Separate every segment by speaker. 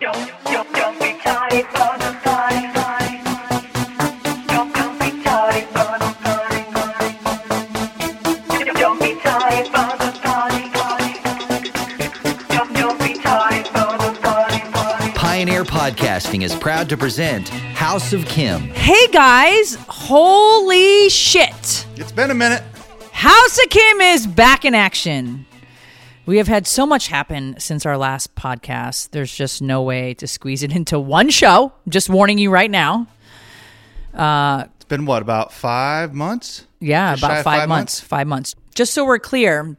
Speaker 1: Don't, don't, don't be tardy for the party. Don't, don't be tardy for the party. Don't be tardy for the party. Don't, don't be tardy for the party.
Speaker 2: Pioneer Podcasting is proud to present House of Kim.
Speaker 3: Hey guys, holy shit.
Speaker 4: It's been a minute.
Speaker 3: House of Kim is back in action. We have had so much happen since our last podcast. There's just no way to squeeze it into one show. Just warning you right now.
Speaker 4: It's been what about five months?
Speaker 3: Yeah,
Speaker 4: Just shy
Speaker 3: about
Speaker 4: of
Speaker 3: five, months, Five months. Just so we're clear,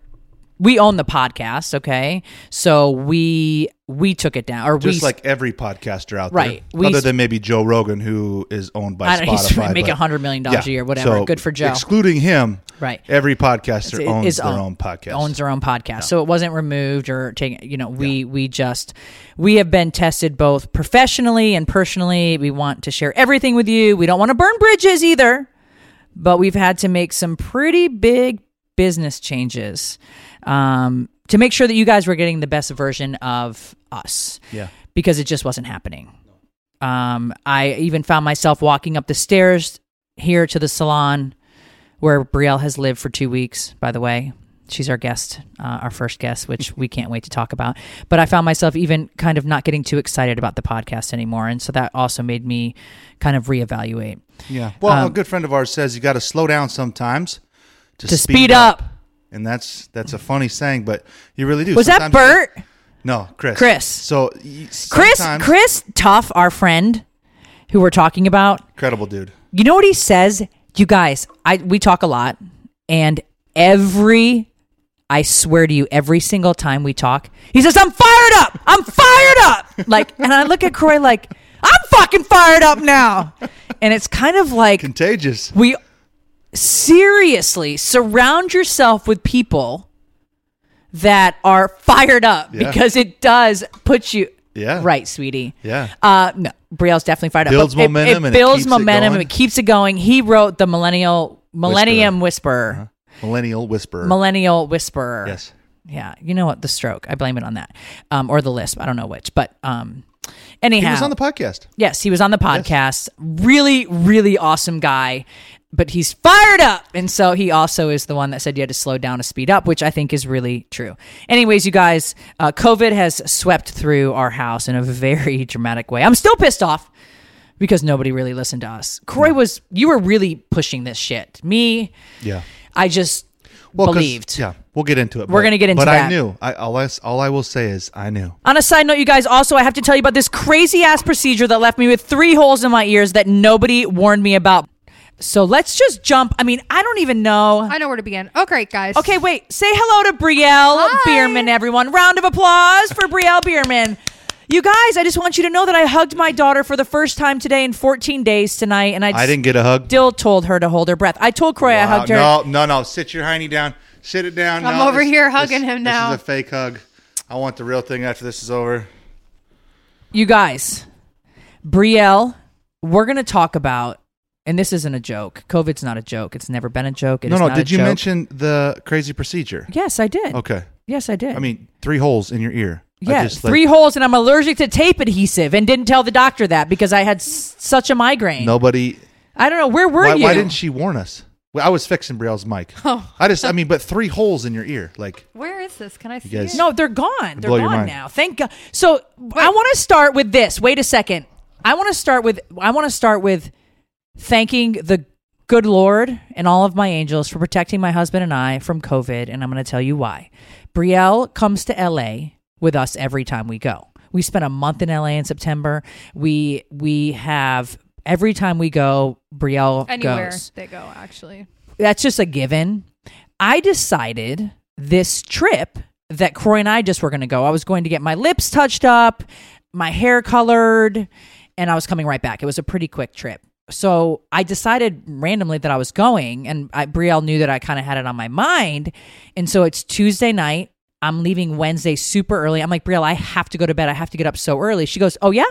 Speaker 3: we own the podcast, okay? So we we took it down, or
Speaker 4: Just
Speaker 3: we
Speaker 4: like every podcaster out
Speaker 3: Right.
Speaker 4: there,
Speaker 3: We
Speaker 4: other
Speaker 3: s-
Speaker 4: than maybe Joe Rogan, who is owned by
Speaker 3: I don't know,
Speaker 4: Spotify.
Speaker 3: he's trying to make
Speaker 4: but-
Speaker 3: $100 million a year, whatever. Good for Joe.
Speaker 4: Excluding him,
Speaker 3: Right.
Speaker 4: Every podcaster
Speaker 3: It
Speaker 4: owns
Speaker 3: is
Speaker 4: their
Speaker 3: own-
Speaker 4: own podcast.
Speaker 3: Owns their own podcast. So it wasn't removed or taken. You know, we we just we have been tested both professionally and personally. We want to share everything with you. We don't want to burn bridges either, but we've had to make some pretty big business changes um, to make sure that you guys were getting the best version of us.
Speaker 4: Yeah.
Speaker 3: because it just wasn't happening. Um, I even found myself walking up the stairs here to the salon where Brielle has lived for two weeks, by the way. She's our guest, uh, our first guest, which we can't wait to talk about. But I found myself even kind of not getting too excited about the podcast anymore. And so that also made me kind of reevaluate
Speaker 4: yeah. Well, a
Speaker 3: Um,
Speaker 4: good friend of ours says you got to slow down sometimes to,
Speaker 3: to speed, up.
Speaker 4: and that's that's a funny saying, but you really do.
Speaker 3: Was that
Speaker 4: Sometimes you-
Speaker 3: Bert?
Speaker 4: No, Chris.
Speaker 3: Chris.
Speaker 4: So y-
Speaker 3: Chris,
Speaker 4: sometimes-
Speaker 3: Chris Tuff, our friend who we're talking about,
Speaker 4: incredible dude.
Speaker 3: You know what he says? You guys, I we talk a lot and every I swear to you, every single time we talk, he says, I'm fired up. I'm fired up. Like and I look at Croy like, I'm fucking fired up now. And it's kind of like
Speaker 4: Contagious.
Speaker 3: we seriously surround yourself with people that are fired up
Speaker 4: Yeah.
Speaker 3: because it does put you
Speaker 4: Yeah.
Speaker 3: right, sweetie.
Speaker 4: Yeah.
Speaker 3: Uh, no, Brielle's definitely fired up.
Speaker 4: Builds
Speaker 3: But it-
Speaker 4: momentum
Speaker 3: It,
Speaker 4: and it
Speaker 3: builds
Speaker 4: keeps it
Speaker 3: momentum and
Speaker 4: going.
Speaker 3: it keeps it going. He wrote the millennial millennium whisperer,
Speaker 4: Millennial whisperer.
Speaker 3: millennial whisperer.
Speaker 4: Uh-huh. yes.
Speaker 3: Yeah. You know what? The stroke. I blame it on that, um, or the lisp. I don't know which, but um,
Speaker 4: He
Speaker 3: anyhow,
Speaker 4: was on the podcast.
Speaker 3: Yes, he was on the podcast. Really, really awesome guy, but he's fired up. And so he also is the one that said you had to slow down to speed up, which I think is really true. Anyways, you guys, uh, COVID has swept through our house in a very dramatic way. I'm still pissed off because nobody really listened to us. Corey was, you were really pushing this shit. Me,
Speaker 4: Yeah.
Speaker 3: I just
Speaker 4: 'cause-
Speaker 3: believed.
Speaker 4: Yeah, we'll get into it.
Speaker 3: We're
Speaker 4: but-
Speaker 3: gonna get into
Speaker 4: but
Speaker 3: that.
Speaker 4: I knew. I all I, s- all I will say is I knew.
Speaker 3: On a side note, you guys, also, I have to tell you about this crazy ass procedure that left me with three holes in my ears that nobody warned me about. So let's just jump. I mean, I don't even know.
Speaker 5: I know where to begin. Oh, great, guys.
Speaker 3: Okay, wait. Say hello to Brielle
Speaker 5: Hi.
Speaker 3: Bierman, everyone. Round of applause for Brielle Bierman. You guys, I just want you to know that I hugged my daughter for the first time today in 14 days tonight, and I,
Speaker 4: I didn't get a hug.
Speaker 3: still told her to hold her breath. I told Croy I
Speaker 4: Wow,
Speaker 3: hugged her.
Speaker 4: No, no, no. Sit your hiney down. Sit it down.
Speaker 5: I'm
Speaker 4: No,
Speaker 5: over
Speaker 4: this-
Speaker 5: here
Speaker 4: this-
Speaker 5: hugging him now.
Speaker 4: This is a fake hug. I want the real thing after this is over.
Speaker 3: You guys, Brielle, we're going to talk about, and this isn't a joke. COVID's not a joke. It's never been a joke. It
Speaker 4: no,
Speaker 3: is
Speaker 4: no.
Speaker 3: not a
Speaker 4: Did you
Speaker 3: joke.
Speaker 4: mention the crazy procedure?
Speaker 3: Yes, I did.
Speaker 4: Okay.
Speaker 3: Yes, I did.
Speaker 4: I mean, three holes in your ear. I
Speaker 3: yeah,
Speaker 4: just, like-
Speaker 3: three holes, and I'm allergic to tape adhesive, and didn't tell the doctor that because I had s- such a migraine.
Speaker 4: Nobody.
Speaker 3: I don't know where were
Speaker 4: Why,
Speaker 3: you.
Speaker 4: why didn't she warn us? Well, I was fixing Brielle's mic.
Speaker 5: Oh.
Speaker 4: I just, I mean, but three holes in your ear. Like,
Speaker 5: Where is this? Can I see
Speaker 4: guys-
Speaker 5: it?
Speaker 3: No, they're gone. They're
Speaker 4: blow your
Speaker 3: gone
Speaker 4: mind.
Speaker 3: now. Thank God. So I want to start with this. Wait a second. I want to start with I want to start with thanking the good Lord and all of my angels for protecting my husband and I from COVID, and I'm going to tell you why. Brielle comes to LA with us every time we go. We spent a month in LA in September. We we have every time we go, Brielle
Speaker 5: Anywhere
Speaker 3: goes
Speaker 5: they go, actually.
Speaker 3: that's just a given. I decided this trip that Croy and I just were going to go. I was going to get my lips touched up, my hair colored, and I was coming right back. It was a pretty quick trip. So I decided randomly that I was going, and I, Brielle knew that I kind of had it on my mind. And so it's Tuesday night. I'm leaving Wednesday super early. I'm like, Brielle, I have to go to bed. I have to get up so early. She goes, Oh, yeah?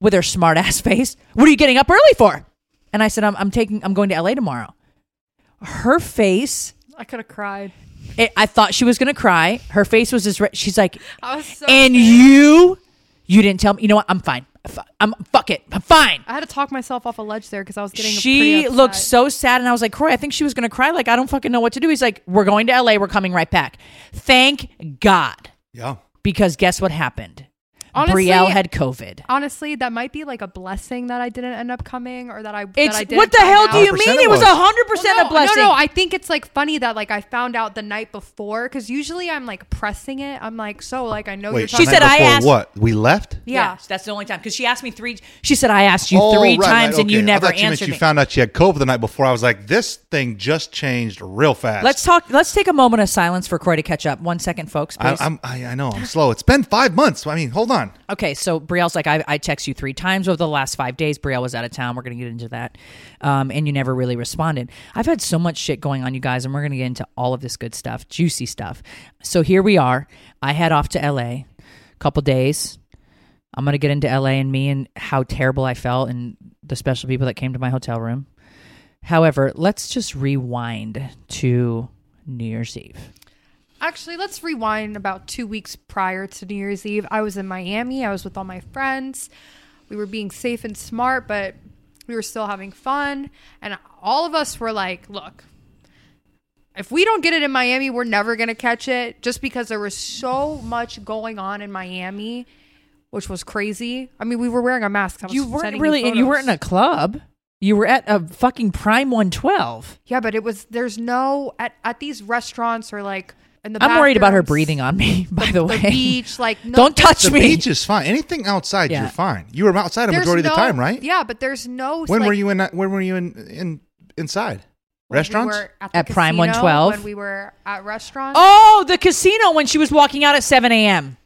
Speaker 3: With her smart ass face, what are you getting up early for? And I said, I'm, I'm taking, I'm going to LA tomorrow. Her face
Speaker 5: I could have cried.
Speaker 3: it, I thought she was gonna cry. Her face was as red. She's like,
Speaker 5: I was so.
Speaker 3: and you, you didn't tell me. You know what? I'm fine. Fu- I'm fuck it. I'm fine.
Speaker 5: I had to talk myself off a ledge there because I was getting.
Speaker 3: She looked so sad, and I was like, Croy, I think she was gonna cry. Like, I don't fucking know what to do. He's like, We're going to LA. We're coming right back. Thank God,
Speaker 4: Yeah.
Speaker 3: because guess what happened?
Speaker 5: Honestly-
Speaker 3: Brielle had COVID.
Speaker 5: Honestly, that might be like a blessing that I didn't end up coming, or that I. that
Speaker 3: It's
Speaker 5: I didn't
Speaker 3: what the
Speaker 5: find
Speaker 3: hell
Speaker 5: out.
Speaker 3: do you
Speaker 4: 100%
Speaker 3: mean?
Speaker 4: it
Speaker 3: It was
Speaker 4: was.
Speaker 3: hundred percent
Speaker 5: Well,
Speaker 3: a blessing.
Speaker 5: No, no, I think it's like funny that like I found out the night before because usually I'm like pressing it. I'm like, so like I know you're
Speaker 4: Wait,
Speaker 5: talking.
Speaker 3: She said
Speaker 4: night
Speaker 3: I
Speaker 4: before
Speaker 3: asked-
Speaker 4: What? We left?
Speaker 5: yeah.
Speaker 3: Yes, that's the only time because she asked me three. She said I asked you
Speaker 4: Oh,
Speaker 3: three
Speaker 4: right, right,
Speaker 3: times and
Speaker 4: okay.
Speaker 3: you never
Speaker 4: I thought you meant
Speaker 3: answered
Speaker 4: you
Speaker 3: me.
Speaker 4: found out she had COVID the night before. I was like, this thing just changed real fast.
Speaker 3: Let's talk. Let's take a moment of silence for Croy to catch up. One second, folks.
Speaker 4: I,
Speaker 3: Please.
Speaker 4: I'm, I, I know I'm slow. It's been five months. I mean, hold on.
Speaker 3: okay, so Brielle's like, I, I text you three times over the last five days. Brielle was out of town. We're gonna get into that, um, and you never really responded. I've had so much shit going on, you guys, and we're gonna get into all of this good stuff, juicy stuff. So here we are. I head off to L.A. a couple days. I'm gonna get into L.A. and me and how terrible I felt and the special people that came to my hotel room. However, let's just rewind to New Year's Eve.
Speaker 5: Actually, let's rewind about two weeks prior to New Year's Eve. I was in Miami. I was with all my friends. We were being safe and smart, but we were still having fun. And all of us were like, look, if we don't get it in Miami, we're never going to catch it just because there was so much going on in Miami, which was crazy. I mean, we were wearing a mask. I was
Speaker 3: you weren't
Speaker 5: sending
Speaker 3: really you,
Speaker 5: photos.
Speaker 3: weren't in a club you were at a fucking prime 112
Speaker 5: Yeah, but it was, there's no, at, at these restaurants or like, in the
Speaker 3: i'm worried about her
Speaker 5: bathrooms,
Speaker 3: breathing on me by the, way
Speaker 5: beach, like, no-
Speaker 3: don't touch
Speaker 4: The
Speaker 3: me
Speaker 4: beach is fine. Anything outside,
Speaker 3: Yeah.
Speaker 4: you're fine. You were outside a
Speaker 5: There's
Speaker 4: majority of the
Speaker 5: no-
Speaker 4: time, right?
Speaker 5: Yeah, but there's no.
Speaker 4: When
Speaker 5: like,
Speaker 4: were you in? When were you in? In inside
Speaker 5: when we
Speaker 4: restaurants?
Speaker 5: were at, the
Speaker 3: At Prime
Speaker 5: casino,
Speaker 3: 112?
Speaker 5: When we were at restaurants.
Speaker 3: oh the casino when she was walking out at 7 a.m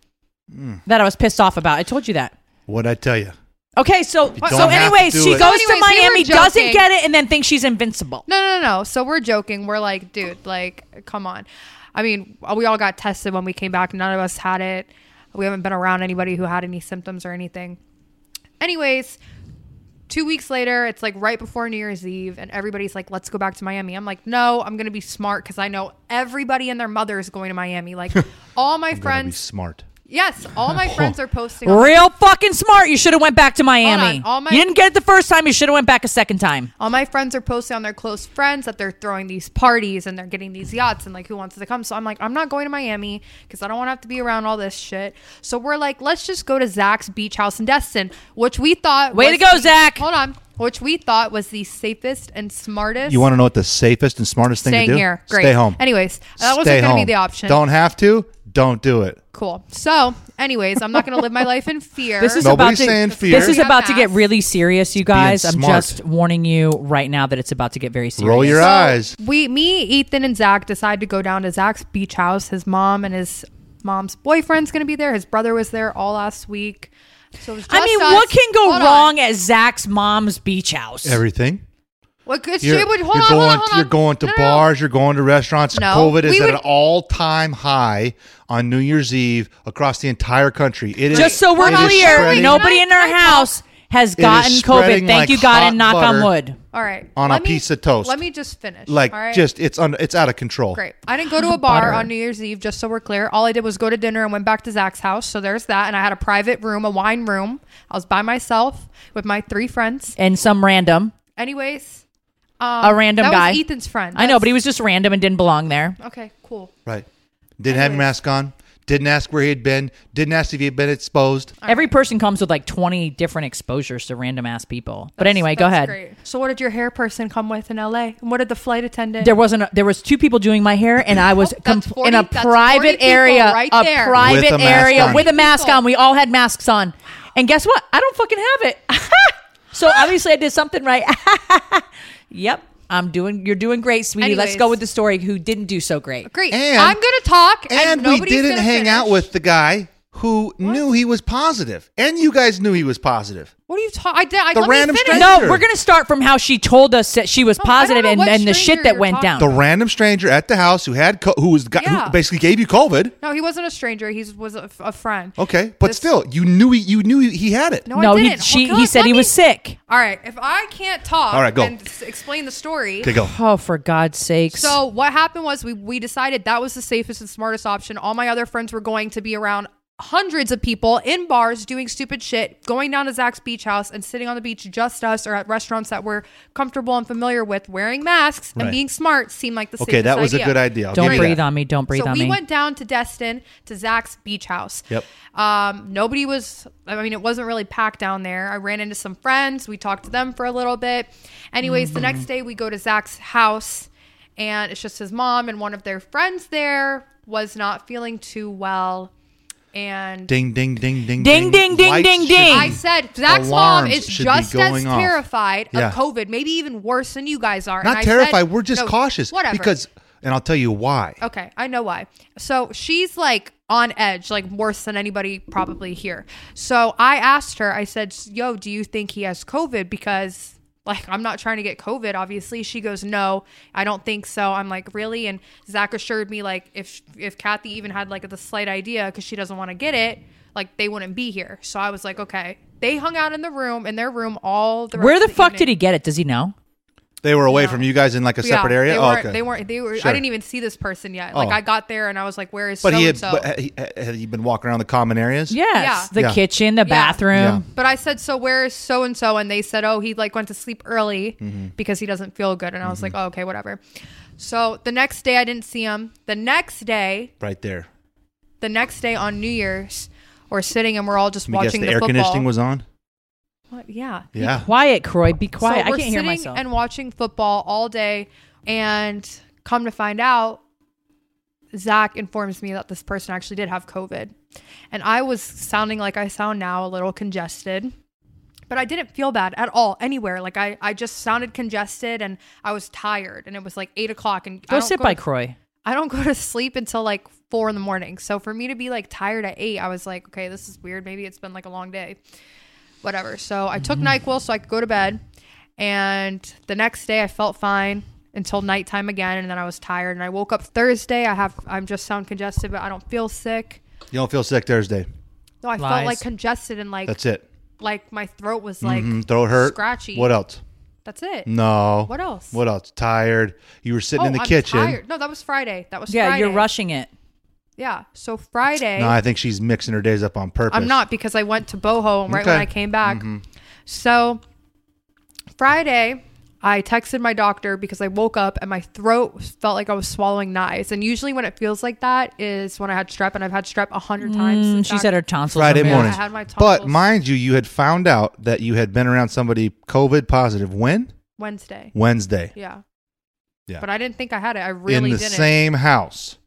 Speaker 4: Mm.
Speaker 3: that i was pissed off about i told you that
Speaker 4: What'd I tell you?
Speaker 3: okay so
Speaker 4: You
Speaker 3: so
Speaker 4: don't have to
Speaker 3: anyways
Speaker 4: do
Speaker 3: she goes
Speaker 4: it.
Speaker 5: So
Speaker 3: to
Speaker 5: anyways, we were
Speaker 3: miami doesn't
Speaker 5: joking.
Speaker 3: get it and then thinks she's invincible
Speaker 5: No, no, no. So we're joking. We're like, dude, like, come on. I mean, we all got tested when we came back. None of us had it. We haven't been around anybody who had any symptoms or anything. Anyways, two weeks later, it's like right before New Year's Eve, and everybody's like, let's go back to Miami. I'm like, no, I'm going to be smart because I know everybody and their mother is going to Miami. Like, all my
Speaker 4: Gotta be
Speaker 5: friends.
Speaker 4: smart.
Speaker 5: Yes, all my friends are posting. on
Speaker 3: real fucking smart you should have went back to miami
Speaker 5: on, all my-
Speaker 3: you didn't get it the first time you should have went back a second time
Speaker 5: All my friends are posting on their close friends that they're throwing these parties and they're getting these yachts and like who wants to come. So I'm like, I'm not going to Miami because I don't want to have to be around all this shit. So we're like, let's just go to Zach's beach house in Destin, which we thought
Speaker 3: Way to
Speaker 5: was
Speaker 3: go,
Speaker 5: the-
Speaker 3: Zach.
Speaker 5: Hold on, which we thought was the safest and smartest.
Speaker 4: You want to know what the safest and smartest thing
Speaker 5: staying
Speaker 4: to do?
Speaker 5: here? Great.
Speaker 4: Stay home.
Speaker 5: Anyways, that
Speaker 4: Stay
Speaker 5: wasn't going to be
Speaker 4: home.
Speaker 5: the option.
Speaker 4: Don't have to. Don't do it.
Speaker 5: Cool. So, anyways, I'm not going to live my life in fear.
Speaker 3: This is
Speaker 4: Nobody's
Speaker 3: about to,
Speaker 4: saying fear.
Speaker 3: This is
Speaker 5: Be a
Speaker 3: about to get
Speaker 5: mass.
Speaker 3: really serious, you guys. I'm
Speaker 4: smart.
Speaker 3: just warning you right now that it's about to get very serious.
Speaker 4: Roll your eyes.
Speaker 5: we me ethan and zach decide to go down to zach's beach house his mom and his mom's boyfriend's gonna be there his brother was there all last week so it was
Speaker 3: I
Speaker 5: just
Speaker 3: mean,
Speaker 5: us.
Speaker 3: what can go
Speaker 5: Hold
Speaker 3: wrong
Speaker 5: on.
Speaker 3: at Zach's mom's beach house?
Speaker 4: Everything.
Speaker 5: what could she
Speaker 4: You're,
Speaker 5: would hold
Speaker 4: you're going.
Speaker 5: on, hold on, hold on.
Speaker 4: You're going to
Speaker 5: No, no, no.
Speaker 4: bars. You're going to restaurants.
Speaker 5: No,
Speaker 4: COVID is
Speaker 5: we
Speaker 4: at
Speaker 5: would-
Speaker 4: an all-time high on New Year's Eve across the entire country. It is
Speaker 3: Just so we're
Speaker 4: it is
Speaker 3: clear,
Speaker 4: spreading
Speaker 3: nobody
Speaker 5: Can I-
Speaker 3: in our
Speaker 5: can I talk?
Speaker 3: house has
Speaker 4: is
Speaker 3: gotten COVID.
Speaker 4: spreading
Speaker 3: Thank
Speaker 4: like
Speaker 3: you, God,
Speaker 4: hot
Speaker 3: and knock on
Speaker 4: butter.
Speaker 3: wood.
Speaker 5: all right
Speaker 4: on
Speaker 5: let
Speaker 4: a
Speaker 5: me-
Speaker 4: piece of toast.
Speaker 5: let me just finish
Speaker 4: Like
Speaker 5: all right?
Speaker 4: just it's un, it's out of control.
Speaker 5: Great. I didn't go to a bar
Speaker 3: Butter.
Speaker 5: on New Year's Eve, just so we're clear. All I did was go to dinner and went back to Zach's house. So there's that. And I had a private room, a wine room. I was by myself with my three friends.
Speaker 3: And some random,
Speaker 5: Anyways,
Speaker 3: a random
Speaker 5: Um, that was
Speaker 3: guy.
Speaker 5: Ethan's friend.
Speaker 3: I know,
Speaker 5: That's-
Speaker 3: but he was just random and didn't belong there.
Speaker 5: Okay, cool.
Speaker 4: Right. Didn't have your mask on. Didn't ask where he had been. Didn't ask if he had been exposed.
Speaker 3: Every person comes with like 20 different exposures to random ass people. But anyway, go
Speaker 5: That's
Speaker 3: ahead.
Speaker 5: great. So, what did your hair person come with in LA? And what did the flight attendant?
Speaker 3: There wasn't. A, there was two people doing my hair, and I was
Speaker 5: Oh, that's
Speaker 3: com-
Speaker 5: 40
Speaker 3: in a
Speaker 5: that's 40
Speaker 3: private
Speaker 5: people
Speaker 3: area,
Speaker 5: right
Speaker 3: a
Speaker 5: there.
Speaker 3: private
Speaker 4: With a mask
Speaker 3: area
Speaker 4: on.
Speaker 3: with a mask
Speaker 5: People.
Speaker 3: on. We all had masks on, and guess what? I don't fucking have it. so obviously, I did something right. yep. I'm doing. You're doing great, sweetie. Let's
Speaker 5: Anyways.
Speaker 3: go with the story. Who didn't do so great?
Speaker 5: Great.
Speaker 4: And-
Speaker 5: I'm gonna talk, and,
Speaker 4: And we
Speaker 5: nobody's
Speaker 4: didn't
Speaker 5: gonna
Speaker 4: hang
Speaker 5: finish.
Speaker 4: out with the guy who knew he was positive, and you guys knew he was positive.
Speaker 5: What are you talking? I did. I,
Speaker 4: The
Speaker 5: let
Speaker 4: random
Speaker 5: me finish.
Speaker 4: stranger.
Speaker 3: No, we're gonna start from how she told us that she was
Speaker 5: No, Oh, I don't
Speaker 3: positive
Speaker 5: know
Speaker 3: and,
Speaker 5: what
Speaker 3: and the
Speaker 5: stranger
Speaker 3: shit that
Speaker 5: you're
Speaker 3: went
Speaker 5: talking
Speaker 3: down.
Speaker 4: The random stranger at the house who had co- who was the guy
Speaker 5: Yeah.
Speaker 4: who basically gave you COVID.
Speaker 5: No, he wasn't a stranger. He was a, a friend.
Speaker 4: Okay, but
Speaker 5: This-
Speaker 4: still, you knew he, you knew he had it.
Speaker 5: No, I
Speaker 3: no, he
Speaker 5: didn't.
Speaker 3: she
Speaker 5: Well,
Speaker 3: he
Speaker 5: God,
Speaker 3: said
Speaker 5: let
Speaker 3: he
Speaker 5: me-
Speaker 3: was sick.
Speaker 5: All right, if I can't talk,
Speaker 4: All right, go.
Speaker 5: and s- explain the story.
Speaker 4: Okay, go.
Speaker 3: Oh, for God's sakes!
Speaker 5: So what happened was we we decided that was the safest and smartest option. All my other friends were going to be around hundreds of people in bars doing stupid shit, going down to Zach's beach house and sitting on the beach just us or at restaurants that we're comfortable and familiar with, wearing masks and
Speaker 4: Right.
Speaker 5: being smart seemed like the
Speaker 4: Okay,
Speaker 5: safest
Speaker 4: that was a good idea. I'll
Speaker 3: don't
Speaker 4: give you
Speaker 3: breathe
Speaker 4: that.
Speaker 3: on me. Don't breathe
Speaker 5: so
Speaker 3: on
Speaker 5: we
Speaker 3: me.
Speaker 5: went down to Destin to Zach's beach house.
Speaker 4: Yep.
Speaker 5: Um, nobody was. I mean, it wasn't really packed down there. I ran into some friends. We talked to them for a little bit. Anyways, the next day we go to Zach's house, and it's just his mom and one of their friends there was not feeling too well, and.
Speaker 4: Ding, ding, ding, ding,
Speaker 3: Ding, ding, ding,
Speaker 4: Lights
Speaker 3: ding,
Speaker 4: should-
Speaker 3: ding.
Speaker 5: I said Zach's mom
Speaker 4: Alarms
Speaker 5: is
Speaker 4: should be
Speaker 5: just as
Speaker 4: going off.
Speaker 5: terrified
Speaker 4: Yeah.
Speaker 5: of COVID, maybe even worse than you guys are. And
Speaker 4: Not
Speaker 5: I said-
Speaker 4: terrified. We're just
Speaker 5: No,
Speaker 4: cautious.
Speaker 5: Whatever. Oh,
Speaker 4: Because, and I'll tell you why.
Speaker 5: Okay, I know why. So she's like on edge, like worse than anybody probably here. So I asked her, I said, Yo, do you think he has COVID? Because like I'm not trying to get COVID, obviously. She goes, No, I don't think so. I'm like, really? And Zach assured me like if if Kathy even had like the slight idea because she doesn't want to get it, like they wouldn't be here. So I was like, okay. They hung out in the room in their room all the
Speaker 3: Where
Speaker 5: rest
Speaker 3: the
Speaker 5: of
Speaker 3: fuck
Speaker 5: evening.
Speaker 3: did he get it? Does he know?
Speaker 4: They were away from you guys in like a separate area.
Speaker 5: They
Speaker 4: Oh,
Speaker 5: weren't,
Speaker 4: okay.
Speaker 5: They weren't. They were. I
Speaker 4: Sure.
Speaker 5: didn't even see this person yet. Like
Speaker 4: Oh.
Speaker 5: I got there and I was like, "Where is?"
Speaker 4: But he had,
Speaker 5: so-and-so?
Speaker 4: but had he, had he been walking around the common areas?
Speaker 3: Yes. The
Speaker 4: Yeah.
Speaker 3: kitchen, the bathroom.
Speaker 4: Yeah.
Speaker 5: But I said, so where is so and so? And they said, oh, he like went to sleep early
Speaker 4: Mm-hmm.
Speaker 5: because he doesn't feel good. And I was like, oh, okay, whatever. So the next day I didn't see him. The next day,
Speaker 4: Right there.
Speaker 5: the next day on New Year's, we're sitting and we're all just
Speaker 4: Let me guess
Speaker 5: watching
Speaker 4: the,
Speaker 5: the,
Speaker 4: air
Speaker 5: football.
Speaker 4: conditioning was on?
Speaker 5: What? Yeah.
Speaker 4: Yeah.
Speaker 3: Quiet, Croy. Be quiet.
Speaker 5: So
Speaker 3: I
Speaker 5: we're
Speaker 3: can't hear
Speaker 5: sitting
Speaker 3: myself.
Speaker 5: And watching football all day, and come to find out, Zach informs me that this person actually did have COVID, and I was sounding like I sound now, a little congested. But I didn't feel bad at all anywhere. Like I, I just sounded congested and I was tired, and it was like eight o'clock. And I
Speaker 3: go
Speaker 5: don't
Speaker 3: sit by
Speaker 5: to-
Speaker 3: Croy.
Speaker 5: I don't go to sleep until like four in the morning. So for me to be like tired at eight, I was like, okay, this is weird. Maybe it's been like a long day. Whatever. So I took
Speaker 4: Mm-hmm.
Speaker 5: NyQuil so I could go to bed. And the next day I felt fine until nighttime again. And then I was tired. And I woke up Thursday. I have, I'm just sound congested, but I don't feel sick.
Speaker 4: You don't feel sick Thursday.
Speaker 5: No, I
Speaker 3: Lies.
Speaker 5: felt like congested and like,
Speaker 4: That's it.
Speaker 5: like my throat was like,
Speaker 4: Mm, throat hurt.
Speaker 5: Scratchy.
Speaker 4: What else?
Speaker 5: that's it.
Speaker 4: No.
Speaker 5: What else? Oh,
Speaker 4: What else? Tired. You were sitting in the
Speaker 5: I'm
Speaker 4: kitchen.
Speaker 5: tired. No, that was Friday. That was
Speaker 3: Yeah,
Speaker 5: Friday.
Speaker 3: you're rushing it.
Speaker 5: Yeah. So Friday.
Speaker 4: No, I think she's mixing her days up on purpose.
Speaker 5: I'm not because I went to Boho and right when
Speaker 4: Okay. Mm-hmm.
Speaker 5: I came back. So Friday, I texted my doctor because I woke up and my throat felt like I was swallowing knives. And usually when it feels like that is when I had strep and I've had strep a hundred times.
Speaker 3: Mm,
Speaker 5: since
Speaker 3: she
Speaker 5: back-
Speaker 3: said her tonsils.
Speaker 4: Friday
Speaker 3: were bad.
Speaker 4: morning.
Speaker 5: I had my tonsils.
Speaker 4: But mind you, you had found out that you had been around somebody COVID positive when?
Speaker 5: Wednesday.
Speaker 4: Wednesday.
Speaker 5: Yeah.
Speaker 4: Yeah.
Speaker 5: But I didn't think I had it. I really
Speaker 4: in the
Speaker 5: didn't.
Speaker 4: same house.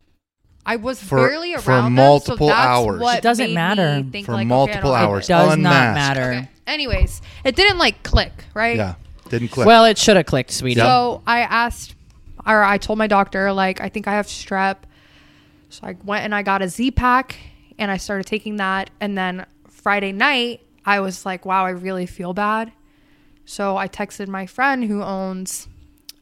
Speaker 5: I was
Speaker 4: for-
Speaker 5: barely around
Speaker 4: for
Speaker 5: them, so
Speaker 4: multiple
Speaker 5: that's
Speaker 4: hours.
Speaker 5: What
Speaker 3: It doesn't
Speaker 5: made
Speaker 3: matter.
Speaker 5: me think,
Speaker 4: For
Speaker 5: like, okay, I
Speaker 4: multiple
Speaker 5: don't have
Speaker 4: hours.
Speaker 3: It does not
Speaker 4: Unmasked.
Speaker 3: matter.
Speaker 5: it. Okay. Anyways, it didn't like click, right?
Speaker 4: Yeah. Didn't click.
Speaker 3: Well, it should have clicked, sweetie.
Speaker 5: So I asked, or I told my doctor, like, I think I have strep. So I went and I got a Z pack and I started taking that. And then Friday night, I was like, wow, I really feel bad. So I texted my friend who owns,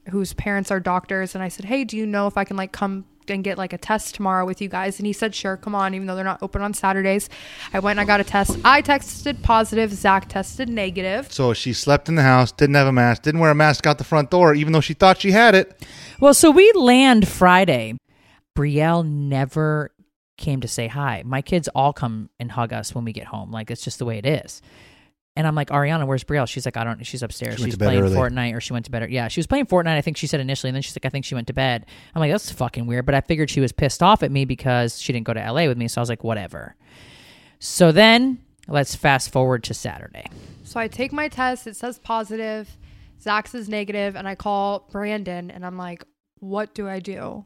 Speaker 5: whose parents are doctors, and I said, hey, do you know if I can like come and get like a test tomorrow with you guys? And he said, sure, come on, even though they're not open on Saturdays. I went and I got a test. I texted positive, Zach tested negative.
Speaker 4: so she slept in the house, didn't have a mask, didn't wear a mask out the front door, even though she thought she had it.
Speaker 3: well, so we land Friday. Brielle never came to say hi. My kids all come and hug us when we get home. Like it's just the way it is. And I'm like, Ariana, where's Brielle? She's like, I don't. She's upstairs.
Speaker 4: She went
Speaker 3: she's
Speaker 4: to bed
Speaker 3: playing
Speaker 4: early.
Speaker 3: Fortnite, or she went to bed. Yeah, she was playing Fortnite. I think she said initially, and then she's like, I think she went to bed. I'm like, that's fucking weird. But I figured she was pissed off at me because she didn't go to LA with me. So I was like, whatever. So then let's fast forward to Saturday.
Speaker 5: So I take my test. It says positive. Zach's is negative, and I call Brandon, and I'm like, "What do I do?"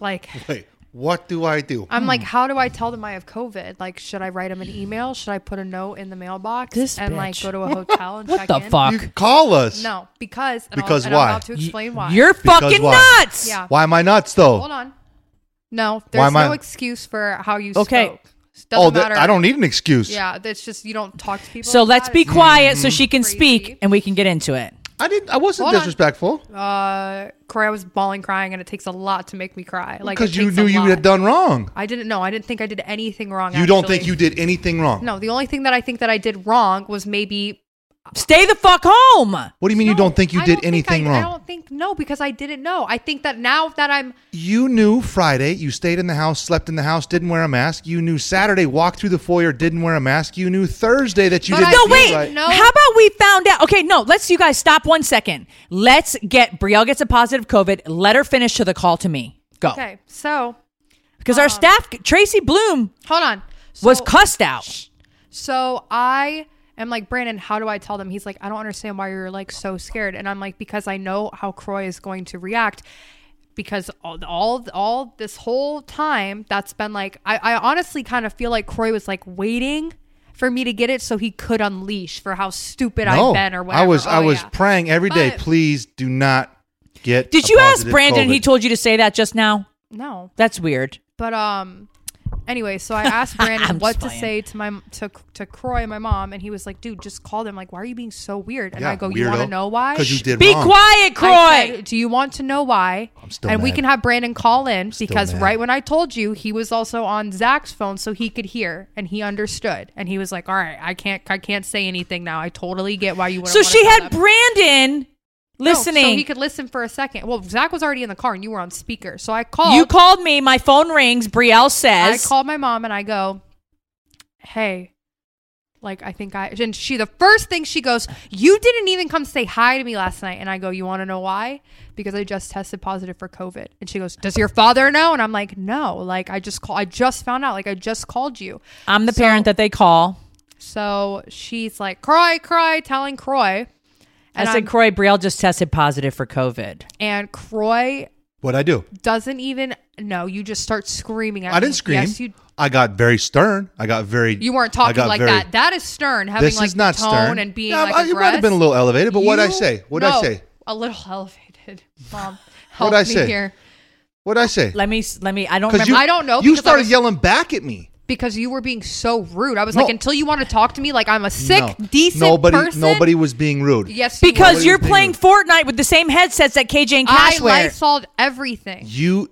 Speaker 5: like,
Speaker 4: Wait, What do I do?
Speaker 5: I'm
Speaker 3: Hmm.
Speaker 5: like, how do I tell them I have COVID? Like, should I write them an email? Should I put a note in the mailbox
Speaker 3: This
Speaker 5: and like
Speaker 3: bitch.
Speaker 5: go to a hotel and
Speaker 3: What
Speaker 5: check
Speaker 3: the
Speaker 5: in?
Speaker 3: fuck?
Speaker 4: you call us.
Speaker 5: No, because and I'll-
Speaker 4: Because
Speaker 5: and
Speaker 4: why?
Speaker 5: I'm about to explain why.
Speaker 3: You're
Speaker 4: Because
Speaker 3: fucking
Speaker 4: why?
Speaker 3: nuts.
Speaker 5: Yeah.
Speaker 4: Why am I nuts though?
Speaker 5: hold on. No,
Speaker 4: Why
Speaker 5: there's
Speaker 4: am
Speaker 5: no
Speaker 4: I-
Speaker 5: excuse for how you
Speaker 3: Okay.
Speaker 5: spoke. Doesn't
Speaker 4: oh, th-
Speaker 5: matter.
Speaker 4: I don't need an excuse.
Speaker 5: Yeah, that's just you don't talk to people.
Speaker 3: So
Speaker 5: like
Speaker 3: let's
Speaker 5: that.
Speaker 3: be
Speaker 5: It's-
Speaker 3: quiet so she can
Speaker 5: Crazy.
Speaker 3: speak and we can get into it.
Speaker 4: I didn't. I wasn't
Speaker 5: Hold on.
Speaker 4: disrespectful
Speaker 5: Uh, Corey, I was bawling, crying, and it takes a lot to make me cry. Like it
Speaker 4: because you
Speaker 5: takes a
Speaker 4: knew you
Speaker 5: lot.
Speaker 4: had done wrong.
Speaker 5: I didn't know. I didn't think I did anything wrong.
Speaker 4: You don't
Speaker 5: actually.
Speaker 4: think you did anything wrong?
Speaker 5: No, the only thing that I think that I did wrong was maybe
Speaker 3: Stay the fuck home.
Speaker 4: What do you mean you
Speaker 5: No,
Speaker 4: don't think you
Speaker 5: I
Speaker 4: did
Speaker 5: don't think
Speaker 4: anything
Speaker 5: I-
Speaker 4: wrong?
Speaker 5: I don't think no because I didn't know. I think that now that I'm
Speaker 4: You knew Friday, you stayed in the house, slept in the house, didn't wear a mask. You knew Saturday, walked through the foyer, didn't wear a mask. You knew Thursday that you
Speaker 5: But
Speaker 4: didn't.
Speaker 5: I
Speaker 3: No,
Speaker 4: feel
Speaker 3: wait.
Speaker 4: right.
Speaker 5: No.
Speaker 3: How about we found out? Okay, no, let's, you guys, stop one second. Let's get, Brielle gets a positive COVID. Let her finish to the call to me. Go.
Speaker 5: okay. So
Speaker 3: Because our staff, Tracy Bloom,
Speaker 5: hold on. So,
Speaker 3: was cussed out.
Speaker 5: So I am like Brandon. How do I tell them? He's like, I don't understand why you're like so scared. And I'm like, because I know how Croy is going to react. Because all all, all this whole time that's been like, I, I honestly kind of feel like Croy was like waiting. For me to get it, so he could unleash for how stupid
Speaker 4: No.
Speaker 5: I've been, or whatever.
Speaker 4: I was
Speaker 5: Oh,
Speaker 4: I was
Speaker 5: yeah.
Speaker 4: praying every day.
Speaker 5: But-
Speaker 4: Please do not get.
Speaker 3: Did
Speaker 4: a
Speaker 3: you ask
Speaker 4: positive
Speaker 3: Brandon? He
Speaker 4: COVID."
Speaker 3: told you to say that just now?
Speaker 5: No,
Speaker 3: That's weird.
Speaker 5: But um, anyway, so I asked Brandon
Speaker 3: I'm
Speaker 5: what
Speaker 3: just
Speaker 5: to
Speaker 3: playing.
Speaker 5: say to my to to Croy, my mom, and he was like, "Dude, just call them. Like, why are you being so weird?" And
Speaker 4: Yeah,
Speaker 5: I go, "You
Speaker 4: weirdo.
Speaker 5: want to know why?"
Speaker 4: Because you did
Speaker 3: Be
Speaker 4: wrong.
Speaker 3: quiet, Croy.
Speaker 5: I said, Do you want to know why?
Speaker 4: I'm still
Speaker 5: and we
Speaker 4: mad.
Speaker 5: can have Brandon call in because
Speaker 4: mad.
Speaker 5: right when I told you, he was also on Zach's phone, so he could hear and he understood. And he was like, "All right, I can't, I can't say anything now. I totally get why you." wouldn't
Speaker 3: so
Speaker 5: wanna
Speaker 3: she
Speaker 5: tell
Speaker 3: had
Speaker 5: them."
Speaker 3: Brandon
Speaker 5: No,
Speaker 3: listening.
Speaker 5: so he could listen for a second. Well, Zach was already in the car, and you were on speaker, so I called.
Speaker 3: You called me. My phone rings. Brielle
Speaker 5: I
Speaker 3: says,
Speaker 5: call my mom and I go, "Hey, like I think I." And she, the first thing she goes, "You didn't even come say hi to me last night." And I go, "You want to know why? Because I just tested positive for COVID." And she goes, "Does your father know?" And I'm like, "No, like I just call, I just found out, like I just called you."
Speaker 3: "I'm the parent that they call."
Speaker 5: So she's like, "Cry, cry," telling Croy,
Speaker 3: I
Speaker 5: and
Speaker 3: said,
Speaker 5: I'm-
Speaker 3: "Croy, Brielle just tested positive for COVID."
Speaker 5: and Croy
Speaker 4: What I do?
Speaker 5: doesn't even know. You just start screaming at
Speaker 4: I
Speaker 5: me.
Speaker 4: didn't scream.
Speaker 5: Yes, you
Speaker 4: I got very stern. I got very.
Speaker 5: You weren't
Speaker 4: I
Speaker 5: talking
Speaker 4: got
Speaker 5: like
Speaker 4: very-
Speaker 5: that. That is stern. Having
Speaker 4: this
Speaker 5: like
Speaker 4: is not
Speaker 5: the tone
Speaker 4: stern.
Speaker 5: and being
Speaker 4: Yeah,
Speaker 5: like
Speaker 4: I, you might have been a little elevated, but what would I say? What would
Speaker 5: would
Speaker 4: I say?
Speaker 5: A little elevated, mom. Help
Speaker 4: What'd I
Speaker 5: me
Speaker 4: say?
Speaker 5: here
Speaker 4: What would I say?
Speaker 3: Let me. Let me. I don't
Speaker 4: 'Cause
Speaker 3: remember.
Speaker 4: you,
Speaker 5: I don't know,
Speaker 4: You
Speaker 5: because I
Speaker 4: started
Speaker 5: was-
Speaker 4: yelling back at me.
Speaker 5: because you were being so rude. I was
Speaker 4: No.
Speaker 5: like, until you want to talk to me, like I'm a sick,
Speaker 4: No.
Speaker 5: decent
Speaker 4: nobody,
Speaker 5: person.
Speaker 4: Nobody was being rude.
Speaker 5: Yes, you
Speaker 3: because
Speaker 5: were.
Speaker 4: What
Speaker 3: you're
Speaker 4: do you
Speaker 3: playing
Speaker 4: think?
Speaker 3: Fortnite with the same headsets that KJ and
Speaker 5: I
Speaker 3: Cash wear.
Speaker 5: Lysoled everything.
Speaker 4: You,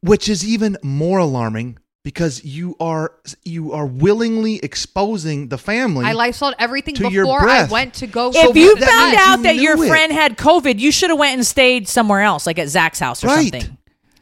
Speaker 4: which is even more alarming because you are you are willingly exposing the family.
Speaker 5: I Lysoled everything
Speaker 4: To your
Speaker 5: before I
Speaker 4: breath.
Speaker 5: went to go.
Speaker 4: So
Speaker 3: if you
Speaker 4: that
Speaker 3: found
Speaker 4: means you
Speaker 3: out that
Speaker 4: knew
Speaker 3: your
Speaker 4: it.
Speaker 3: friend had COVID, you should have went and stayed somewhere else, like at Zach's house or
Speaker 4: Right.
Speaker 3: something.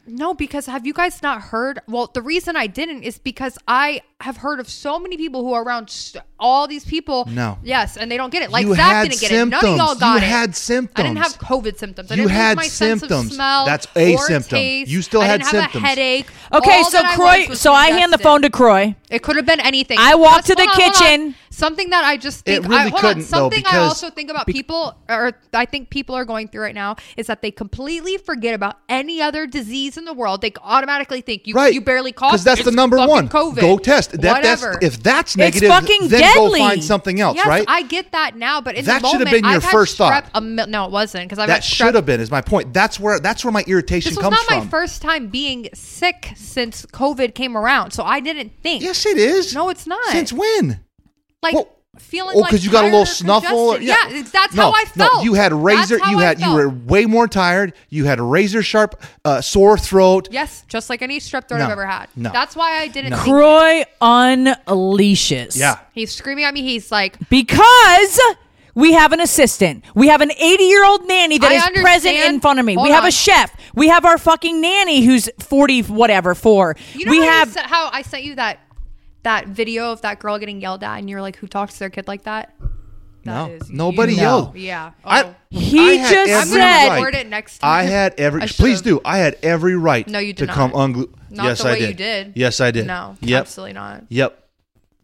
Speaker 5: No, because have you guys not heard? Well, the reason I didn't is because I have heard of so many people who are around st- all these people.
Speaker 4: No.
Speaker 5: Yes, and they don't get it. Like
Speaker 4: You
Speaker 5: Zach
Speaker 4: had
Speaker 5: didn't get it. None of y'all
Speaker 4: symptoms.
Speaker 5: got
Speaker 4: You
Speaker 5: it.
Speaker 4: had
Speaker 5: I didn't
Speaker 4: symptoms.
Speaker 5: have COVID symptoms. I
Speaker 4: You
Speaker 5: didn't lose
Speaker 4: had
Speaker 5: my Sense
Speaker 4: symptoms.
Speaker 5: of smell
Speaker 4: That's a
Speaker 5: or
Speaker 4: symptom.
Speaker 5: taste.
Speaker 4: You still
Speaker 5: I
Speaker 4: had
Speaker 5: didn't have
Speaker 4: symptoms.
Speaker 5: A headache.
Speaker 3: Okay,
Speaker 5: All
Speaker 3: so
Speaker 5: that I
Speaker 3: Croy,
Speaker 5: was was
Speaker 3: so I hand the
Speaker 5: congested.
Speaker 3: phone to Croy.
Speaker 5: It could have been anything.
Speaker 3: I walked
Speaker 5: That's-
Speaker 3: to the
Speaker 5: hold on, hold on.
Speaker 3: kitchen.
Speaker 5: Something that I just
Speaker 4: It
Speaker 5: think
Speaker 4: really
Speaker 5: I, hold
Speaker 4: couldn't,
Speaker 5: on.
Speaker 4: though,
Speaker 5: Something I
Speaker 4: because-
Speaker 5: also think about
Speaker 4: bec-
Speaker 5: people, or I think people are going through right now, is that they completely forget about any other disease in the world. They automatically think you
Speaker 4: Right,
Speaker 5: you barely cough
Speaker 4: because that's the
Speaker 5: it's
Speaker 4: number
Speaker 5: fucking
Speaker 4: one.
Speaker 5: COVID.
Speaker 4: Go test. That, that's,
Speaker 5: Whatever.
Speaker 4: if that's negative,
Speaker 3: fucking
Speaker 4: then
Speaker 3: deadly.
Speaker 4: go find something else.
Speaker 5: yes,
Speaker 4: right?
Speaker 5: I get that now, but in
Speaker 4: That
Speaker 5: the
Speaker 4: should have
Speaker 5: moment,
Speaker 4: been your
Speaker 5: I've had
Speaker 4: first thought.
Speaker 5: strep a mil- no, it wasn't because I
Speaker 4: that should have been is my point. That's where that's where my irritation
Speaker 5: This was
Speaker 4: comes
Speaker 5: not
Speaker 4: from.
Speaker 5: my first time being sick since COVID came around, so I didn't think.
Speaker 4: Yes, it is.
Speaker 5: No, it's not.
Speaker 4: Since when?
Speaker 5: like
Speaker 4: Well-
Speaker 5: feeling.
Speaker 4: Oh,
Speaker 5: like
Speaker 4: because you got a
Speaker 5: tired
Speaker 4: little
Speaker 5: or
Speaker 4: snuffle. or-
Speaker 5: congested. Yeah, it's- that's
Speaker 4: No,
Speaker 5: how I
Speaker 4: no,
Speaker 5: felt.
Speaker 4: you had razor.
Speaker 5: That's how
Speaker 4: You
Speaker 5: I
Speaker 4: had. You
Speaker 5: felt.
Speaker 4: were way more tired. You had razor sharp uh, sore throat.
Speaker 5: Yes, just like any strep throat
Speaker 4: No,
Speaker 5: I've ever had.
Speaker 4: no.
Speaker 5: That's why I didn't. Think
Speaker 3: Croy unleashes.
Speaker 4: Yeah.
Speaker 5: He's screaming at me. He's like,
Speaker 3: Because we have an assistant. We have an 80 year old nanny that
Speaker 5: I
Speaker 3: is present
Speaker 5: understand.
Speaker 3: in front of me. we
Speaker 5: Hold
Speaker 3: have a
Speaker 5: on.
Speaker 3: chef. We have our fucking nanny who's 40, whatever, four.
Speaker 5: you know
Speaker 3: we
Speaker 5: how,
Speaker 3: have.
Speaker 5: I sent, how I sent you that that video of that girl getting yelled at, and you're like, who talks to their kid like that? That
Speaker 4: No,
Speaker 5: is
Speaker 4: nobody
Speaker 5: you.
Speaker 4: yelled.
Speaker 5: Yeah. Oh.
Speaker 4: I,
Speaker 3: He
Speaker 4: I had
Speaker 3: just
Speaker 4: every
Speaker 3: said-
Speaker 4: right.
Speaker 5: Word it next
Speaker 4: I
Speaker 5: time.
Speaker 4: had every.
Speaker 5: I
Speaker 4: please do.
Speaker 5: should've.
Speaker 4: I had every right.
Speaker 5: No, you did
Speaker 4: to
Speaker 5: not.
Speaker 4: come unglued.
Speaker 5: Not
Speaker 4: yes,
Speaker 5: the
Speaker 4: I
Speaker 5: way
Speaker 4: did.
Speaker 5: you did.
Speaker 4: Yes, I did.
Speaker 5: No,
Speaker 4: Yep.
Speaker 5: absolutely not.
Speaker 4: Yep.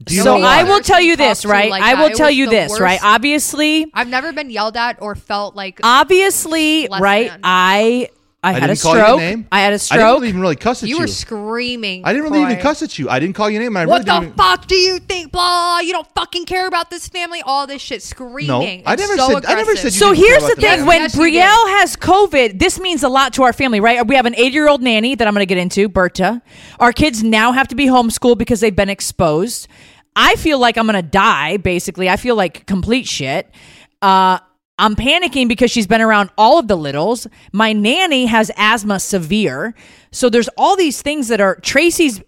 Speaker 4: Do you
Speaker 3: so
Speaker 4: know why?
Speaker 3: I will
Speaker 5: Others
Speaker 3: tell
Speaker 5: you
Speaker 3: you
Speaker 5: talk
Speaker 3: this,
Speaker 5: to
Speaker 3: right?
Speaker 5: like
Speaker 3: I
Speaker 5: that.
Speaker 3: will
Speaker 5: It
Speaker 3: tell
Speaker 5: was
Speaker 3: you
Speaker 5: the
Speaker 3: this, right?
Speaker 5: worst.
Speaker 3: Obviously,
Speaker 5: I've never been yelled at or felt like
Speaker 3: obviously,
Speaker 5: Less
Speaker 3: right?
Speaker 5: than.
Speaker 3: I I, had a
Speaker 4: didn't call
Speaker 3: stroke.
Speaker 4: you a name.
Speaker 3: I had a
Speaker 4: I
Speaker 3: stroke.
Speaker 4: didn't even really cuss at you.
Speaker 5: You were screaming.
Speaker 4: I didn't really even
Speaker 5: Croy.
Speaker 4: cuss at you. I didn't call your name. and I
Speaker 5: What
Speaker 4: really
Speaker 5: the
Speaker 4: didn't even-
Speaker 5: fuck do you think? Blah. You don't fucking care about this family. All this shit. Screaming.
Speaker 4: I
Speaker 5: It's
Speaker 4: never
Speaker 5: so
Speaker 4: said- I never said
Speaker 5: aggressive.
Speaker 4: you
Speaker 3: so
Speaker 4: didn't care
Speaker 3: here's
Speaker 4: about
Speaker 3: the
Speaker 4: the
Speaker 3: thing:
Speaker 4: family.
Speaker 3: when
Speaker 5: Yes, you did.
Speaker 3: Brielle has COVID, this means a lot to our family, right? We have an eight-year-old nanny that I'm going to get into, Berta. Our kids now have to be homeschooled because they've been exposed. I feel like I'm going to die. Basically, I feel like complete shit. Uh, I'm panicking because she's been around all of the littles. My nanny has asthma severe, so there's all these things that are Tracy's.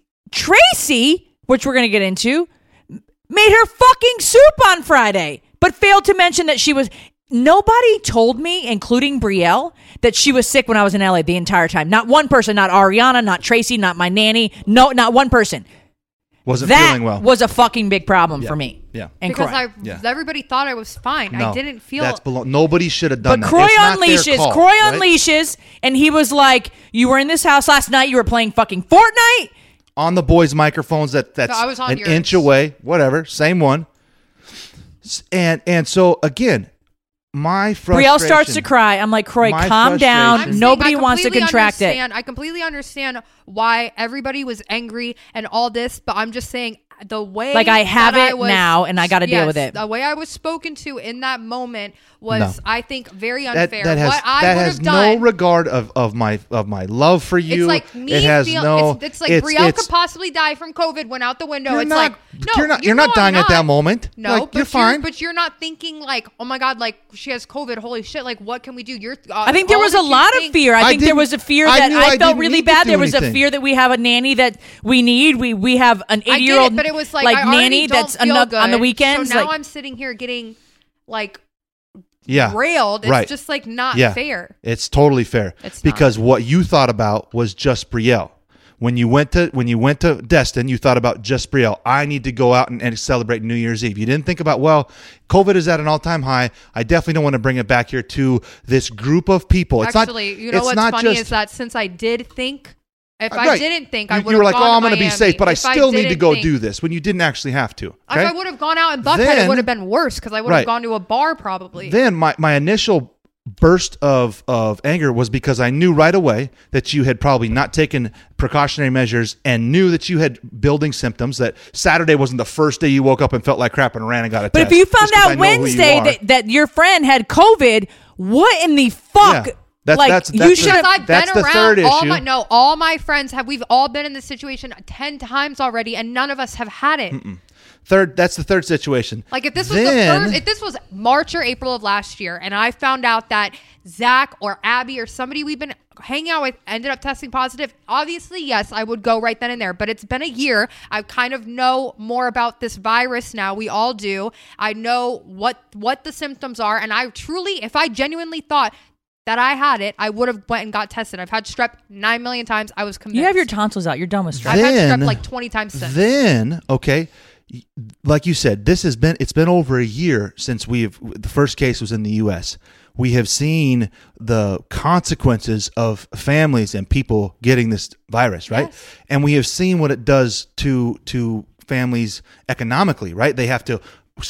Speaker 3: Tracy, which we're going to get into, made her fucking soup on Friday, but failed to mention that she was. Nobody told me, including Brielle, that she was sick when I was in LA the entire time. Not one person, not Ariana, not Tracy, not my nanny. No, not one person.
Speaker 4: Wasn't
Speaker 3: that
Speaker 4: feeling well.
Speaker 3: was a fucking big problem for me.
Speaker 4: Yeah.
Speaker 3: And
Speaker 5: because
Speaker 3: Croy.
Speaker 5: I
Speaker 4: Yeah.
Speaker 5: everybody thought I was fine. I
Speaker 4: No,
Speaker 5: didn't feel.
Speaker 4: that's below. Nobody should have done
Speaker 3: but
Speaker 4: that.
Speaker 3: Croy
Speaker 4: It's not their
Speaker 3: unleashes.
Speaker 4: call,
Speaker 3: Croy
Speaker 4: right?
Speaker 3: unleashes, and he was like, "You were in this house last night. You were playing fucking Fortnite."
Speaker 4: on the boys' microphones. That that's
Speaker 5: No, I was on
Speaker 4: an
Speaker 5: yours.
Speaker 4: inch away. Whatever, same one. S- And and so again, my frustration.
Speaker 3: Brielle starts to cry. I'm like, "Croy,
Speaker 4: My
Speaker 3: calm down.
Speaker 4: frustration-
Speaker 5: saying
Speaker 3: Nobody
Speaker 5: I
Speaker 3: wants to
Speaker 5: completely
Speaker 3: contract it."
Speaker 5: understand- I completely understand why everybody was angry and all this, but I'm just saying the way
Speaker 3: Like, I have
Speaker 5: that
Speaker 3: it now, and I gotta deal with it.
Speaker 5: The way I was spoken to in that moment was,
Speaker 4: No.
Speaker 5: I think, very
Speaker 4: That,
Speaker 5: unfair.
Speaker 4: that has
Speaker 5: what I
Speaker 4: that
Speaker 5: would
Speaker 4: has
Speaker 5: have done.
Speaker 4: no regard of, of my of my love for you.
Speaker 5: it's like me
Speaker 4: it has
Speaker 5: feel,
Speaker 4: no.
Speaker 5: it's, it's like Brielle could possibly die from COVID, went out the window.
Speaker 4: You're
Speaker 5: it's
Speaker 4: not-
Speaker 5: like no,
Speaker 4: you're not-
Speaker 5: you
Speaker 4: you're
Speaker 5: know
Speaker 4: not dying
Speaker 5: I'm
Speaker 4: at that
Speaker 5: not.
Speaker 4: moment.
Speaker 5: No,
Speaker 4: Like,
Speaker 5: but
Speaker 4: you're fine.
Speaker 5: But you're not thinking like, oh my god, like she has COVID. Holy shit! Like what can we do? You're. Uh,
Speaker 3: I think there
Speaker 5: all
Speaker 3: was
Speaker 5: that
Speaker 3: a
Speaker 5: you
Speaker 3: lot of
Speaker 5: think-
Speaker 3: fear. I,
Speaker 4: I
Speaker 3: think there
Speaker 4: didn't-
Speaker 3: was a fear
Speaker 4: I
Speaker 3: that
Speaker 4: knew
Speaker 3: I,
Speaker 4: I
Speaker 3: felt
Speaker 4: didn't
Speaker 3: really
Speaker 4: need to
Speaker 3: bad.
Speaker 4: do
Speaker 3: There was a
Speaker 4: anything.
Speaker 3: fear that we have a nanny that we need. We we have an
Speaker 5: I
Speaker 3: eighty
Speaker 5: get
Speaker 3: year old
Speaker 5: it, but it was like, I already
Speaker 3: nanny
Speaker 5: don't
Speaker 3: that's
Speaker 5: feel
Speaker 3: enough on the
Speaker 5: good,
Speaker 3: weekends.
Speaker 5: So now
Speaker 3: like,
Speaker 5: I'm sitting here getting like
Speaker 4: yeah.
Speaker 5: railed. It's
Speaker 4: Right.
Speaker 5: just like not
Speaker 4: yeah.
Speaker 5: fair.
Speaker 4: It's totally fair.
Speaker 5: It's not.
Speaker 4: because what you thought about was just Brielle. When you went to when you went to Destin, you thought about just Brielle. I need to go out and, and celebrate New Year's Eve. You didn't think about well, COVID is at an all time high. I definitely don't want to bring it back here to this group of people. It's
Speaker 5: Actually,
Speaker 4: not,
Speaker 5: you know
Speaker 4: it's
Speaker 5: what's
Speaker 4: not
Speaker 5: funny
Speaker 4: just, Uh,
Speaker 5: is that since I did think, if I
Speaker 4: Right.
Speaker 5: didn't think,
Speaker 4: You-
Speaker 5: I
Speaker 4: you
Speaker 5: would.
Speaker 4: were like, oh, I'm
Speaker 5: going to
Speaker 4: be safe, but I
Speaker 5: If
Speaker 4: still need to
Speaker 5: didn't
Speaker 4: go
Speaker 5: think-
Speaker 4: do this when you didn't actually have to. Okay?
Speaker 5: If I would have gone out in Buckhead, it
Speaker 4: Then-
Speaker 5: would have been worse because I would have
Speaker 4: Right.
Speaker 5: gone to a bar probably.
Speaker 4: Then my, my initial burst of, of anger was because I knew right away that you had probably not taken precautionary measures and knew that you had building symptoms that Saturday wasn't the first day you woke up and felt like crap and ran and got a
Speaker 3: but
Speaker 4: test.
Speaker 3: if you found
Speaker 4: just 'cause I
Speaker 3: out
Speaker 4: know who you
Speaker 3: Wednesday
Speaker 4: are.
Speaker 3: that, that your friend had COVID, what in the fuck?
Speaker 4: Yeah. That's-
Speaker 3: like
Speaker 4: that's-
Speaker 3: you
Speaker 4: that's
Speaker 3: should
Speaker 4: the-
Speaker 5: because
Speaker 3: have.
Speaker 5: I've
Speaker 4: that's
Speaker 5: been
Speaker 4: the
Speaker 5: around
Speaker 4: third
Speaker 5: all
Speaker 4: issue.
Speaker 5: my no, all my friends have we've all been in this situation ten times already, and none of us have had it.
Speaker 4: third that's the third situation.
Speaker 5: Like if this was
Speaker 4: Then-
Speaker 5: the first, if this was March or April of last year, and I found out that Zach or Abby or somebody we've been hanging out with ended up testing positive, obviously yes, I would go right then and there. But it's been a year. I kind of know more about this virus now. We all do. I know what what the symptoms are, and I truly, if I genuinely thought. That I had it, I would have went and got tested. I've had strep nine million times. I was convinced.
Speaker 3: You have your tonsils out. You're done with stress.
Speaker 5: I've had
Speaker 4: Then-
Speaker 5: strep like twenty times since.
Speaker 4: Then, okay, y- like you said, this has been it's been over a year since we've the first case was in the U.S. We have seen the consequences of families and people getting this virus, right? And we have seen what it does to to families economically, right? They have to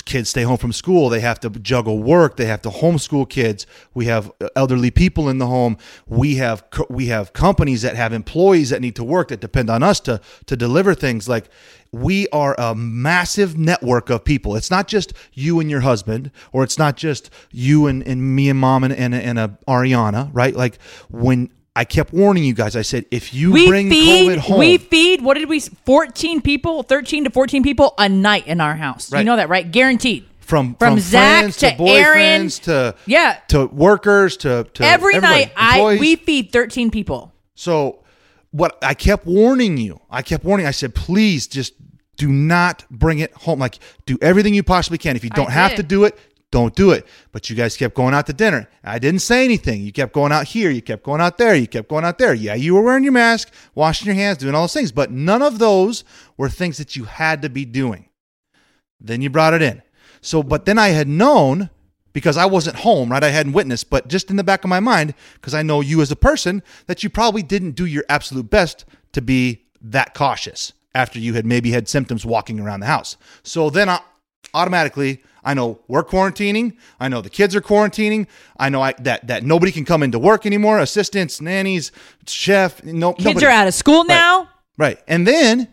Speaker 4: kids stay home from school they have to juggle work they have to homeschool kids we have uh, elderly people in the home we have co- we have companies that have employees that need to work that depend on us to to deliver things like we are a massive network of people it's not just you and your husband or it's not just you and, and me and mom and and, and a ariana right like when i kept warning you guys i said if you
Speaker 3: we
Speaker 4: bring covid
Speaker 3: feed.
Speaker 4: home
Speaker 3: We feed. What did we? s- Fourteen people, thirteen to fourteen people a night in our house. You
Speaker 4: Right.
Speaker 3: know that, right? Guaranteed.
Speaker 4: from
Speaker 3: from, Zach
Speaker 4: friends to,
Speaker 3: Aaron
Speaker 4: boyfriends to
Speaker 3: yeah.
Speaker 4: to workers to, to
Speaker 3: every night
Speaker 4: everybody,
Speaker 3: I
Speaker 4: employees.
Speaker 3: we feed 13 people.
Speaker 4: so what I kept warning you I kept warning I said please just do not bring it home like do everything you possibly can if you don't have
Speaker 5: did.
Speaker 4: to do it don't do it but you guys kept going out to dinner I didn't say anything you kept going out here you kept going out there you kept going out there yeah you were wearing your mask washing your hands doing all those things but none of those were things that you had to be doing then you brought it in. So, but then I had known because I wasn't home, right? I hadn't witnessed, but just in the back of my mind, because I know you as a person, that you probably didn't do your absolute best to be that cautious after you had maybe had symptoms walking around the house. So then I, automatically I know we're quarantining. I know the kids are quarantining. I know I, that that nobody can come into work anymore. Assistants, nannies, chef. No,
Speaker 3: Kids are out of school now.
Speaker 4: Right. And then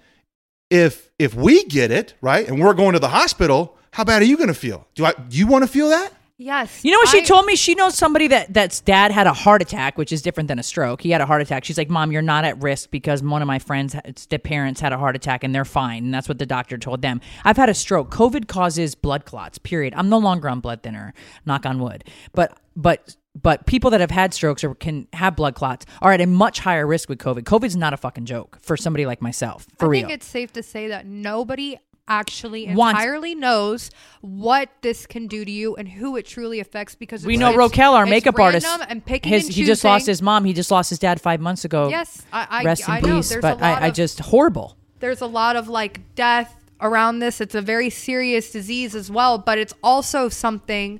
Speaker 4: if if we get it, right, and we're going to the hospital, how bad are you going to feel? Do I do you want to feel that?
Speaker 5: Yes.
Speaker 3: You know what she
Speaker 5: I-
Speaker 3: told me? She knows somebody that that's dad had a heart attack, which is different than a stroke. He had a heart attack. She's like, "Mom, you're not at risk because one of my friends, it's their parents had a heart attack and they're fine." And that's what the doctor told them. I've had a stroke. COVID causes blood clots. Period. I'm no longer on blood thinner. Knock on wood. But but but people that have had strokes or can have blood clots are at a much higher risk with COVID. COVID's not a fucking joke for somebody like myself. For
Speaker 5: I
Speaker 3: real.
Speaker 5: think it's safe to say that nobody actually
Speaker 3: Wants-
Speaker 5: entirely knows what this can do to you and who it truly affects because
Speaker 3: we
Speaker 5: it's-
Speaker 3: know
Speaker 5: it's-
Speaker 3: Roquel, our
Speaker 5: it's
Speaker 3: makeup
Speaker 5: random
Speaker 3: artist.
Speaker 5: and picking
Speaker 3: his,
Speaker 5: and
Speaker 3: he just lost
Speaker 5: choosing.
Speaker 3: his mom. He just lost his dad five months ago.
Speaker 5: Yes, I- I-
Speaker 3: rest in
Speaker 5: I know.
Speaker 3: peace.
Speaker 5: There's a
Speaker 3: but
Speaker 5: lot
Speaker 3: I, I
Speaker 5: of-
Speaker 3: just horrible.
Speaker 5: there's a lot of like death around this. It's a very serious disease as well, but it's also something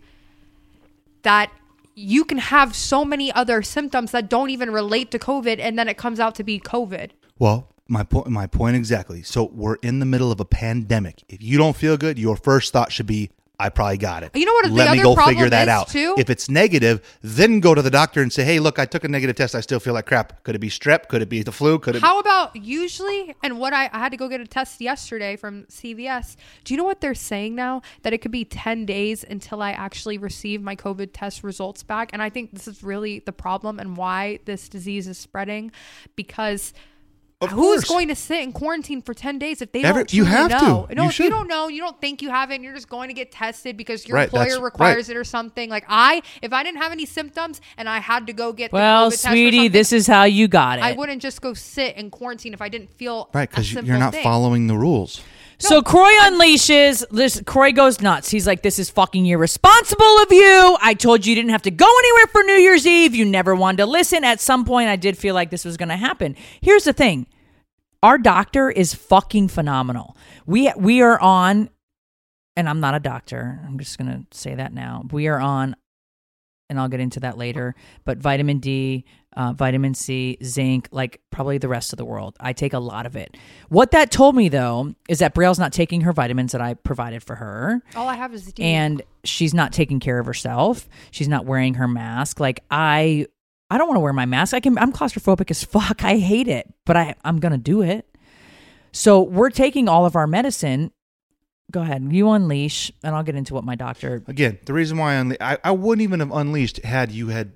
Speaker 5: that you can have so many other symptoms that don't even relate to COVID, and then it comes out to be COVID.
Speaker 4: Well, my point my point exactly. So we're in the middle of a pandemic. If you don't feel good, your first thought should be I probably got it.
Speaker 5: You know what the
Speaker 4: Let me
Speaker 5: other
Speaker 4: go
Speaker 5: problem
Speaker 4: figure that
Speaker 5: is,
Speaker 4: out.
Speaker 5: too?
Speaker 4: If it's negative, then go to the doctor and say, "Hey, look, I took a negative test. I still feel like crap. Could it be strep? Could it be the flu? Could it be
Speaker 5: How about usually, and what I, I had to go get a test yesterday from CVS. Do you know what they're saying now? That it could be 10 days until I actually receive my COVID test results back. And I think this is really the problem and why this disease is spreading because.
Speaker 4: Of
Speaker 5: Who's
Speaker 4: course.
Speaker 5: going to sit in quarantine for ten days if they
Speaker 4: Every-
Speaker 5: don't?
Speaker 4: you
Speaker 5: truly
Speaker 4: have to.
Speaker 5: know?
Speaker 4: You
Speaker 5: No, if you
Speaker 4: should.
Speaker 5: don't know, you don't think you have it. And you're just going to get tested because your
Speaker 4: Right, that's-
Speaker 5: employer requires
Speaker 4: right.
Speaker 5: it or something. Like I, if I didn't have any symptoms and I had to go get the
Speaker 3: Well,
Speaker 5: COVID test or
Speaker 3: sweetie,
Speaker 5: something,
Speaker 3: this is how you got it.
Speaker 5: I wouldn't just go sit in quarantine if I didn't feel
Speaker 4: Right,
Speaker 5: a
Speaker 4: because you're
Speaker 5: simple
Speaker 4: not
Speaker 5: thing.
Speaker 4: following the rules.
Speaker 3: so Croy unleashes. This, Croy goes nuts. He's like, "This is fucking irresponsible of you. I told you you didn't have to go anywhere for New Year's Eve. You never wanted to listen." At some point, I did feel like this was going to happen. Here's the thing: our doctor is fucking phenomenal. We we are on, and I'm not a doctor. I'm just gonna say that now. We are on, and I'll get into that later. But vitamin D, uh, vitamin C, zinc, like probably the rest of the world. I take a lot of it. What that told me though is that Braille's not taking her vitamins that I provided for her
Speaker 5: All I have is D.
Speaker 3: and she's not taking care of herself. She's not wearing her mask. Like I, I don't want to wear my mask. I can. I'm claustrophobic as fuck. I hate it, but I I'm gonna do it. So we're taking all of our medicine. Go ahead, you unleash, and I'll get into what my doctor.
Speaker 4: Again, the reason why I, unle- I I wouldn't even have unleashed had you had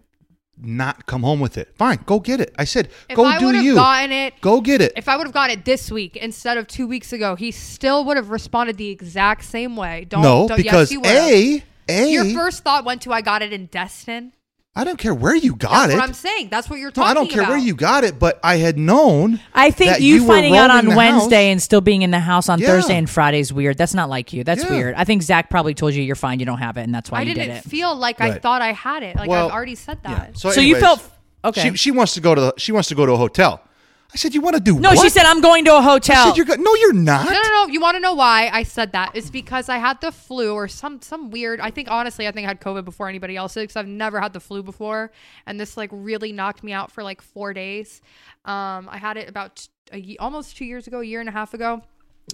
Speaker 4: not come home with it. Fine, go get it. I said,
Speaker 5: if
Speaker 4: go
Speaker 5: I
Speaker 4: do
Speaker 5: would have
Speaker 4: you.
Speaker 5: gotten it,
Speaker 4: Go get it.
Speaker 5: if I would have gotten it this week instead of two weeks ago, he still would have responded the exact same way. Don't,
Speaker 4: no,
Speaker 5: don't,
Speaker 4: because
Speaker 5: yes, you
Speaker 4: a a
Speaker 5: your first thought went to I got it in Destin.
Speaker 4: I don't care where you got
Speaker 5: That's
Speaker 4: it.
Speaker 5: what I'm saying. That's what you're
Speaker 4: no,
Speaker 5: talking
Speaker 4: I
Speaker 5: about.
Speaker 4: don't care where you got it, but I had known.
Speaker 3: I think
Speaker 4: that
Speaker 3: you,
Speaker 4: were
Speaker 3: finding out
Speaker 4: roaming
Speaker 3: on
Speaker 4: the
Speaker 3: Wednesday
Speaker 4: house.
Speaker 3: and still being in the house on
Speaker 4: Yeah.
Speaker 3: Thursday and Friday is weird. That's not like you. That's
Speaker 4: Yeah.
Speaker 3: weird. I think Zach probably told you you're fine, you don't have it, and that's why
Speaker 5: I
Speaker 3: you
Speaker 5: didn't
Speaker 3: did it.
Speaker 5: feel like I
Speaker 4: Right.
Speaker 5: thought I had it. Like
Speaker 4: Well,
Speaker 5: I've already said
Speaker 4: Yeah.
Speaker 5: that.
Speaker 3: So you
Speaker 4: anyways,
Speaker 3: felt- okay.
Speaker 4: She, she wants to go to the, she wants to go to a hotel. I said, you want to do
Speaker 3: no, she
Speaker 4: what?"
Speaker 3: said I'm going to a hotel.
Speaker 4: I said, you're go- no, you're not.
Speaker 5: No, no, no. You want to know why I said that? It's because I had the flu or some some weird. I think honestly, I think I had COVID before anybody else did because I've never had the flu before, and this like really knocked me out for like four days. Um, I had it about a, ye- almost two years ago, a year and a half ago,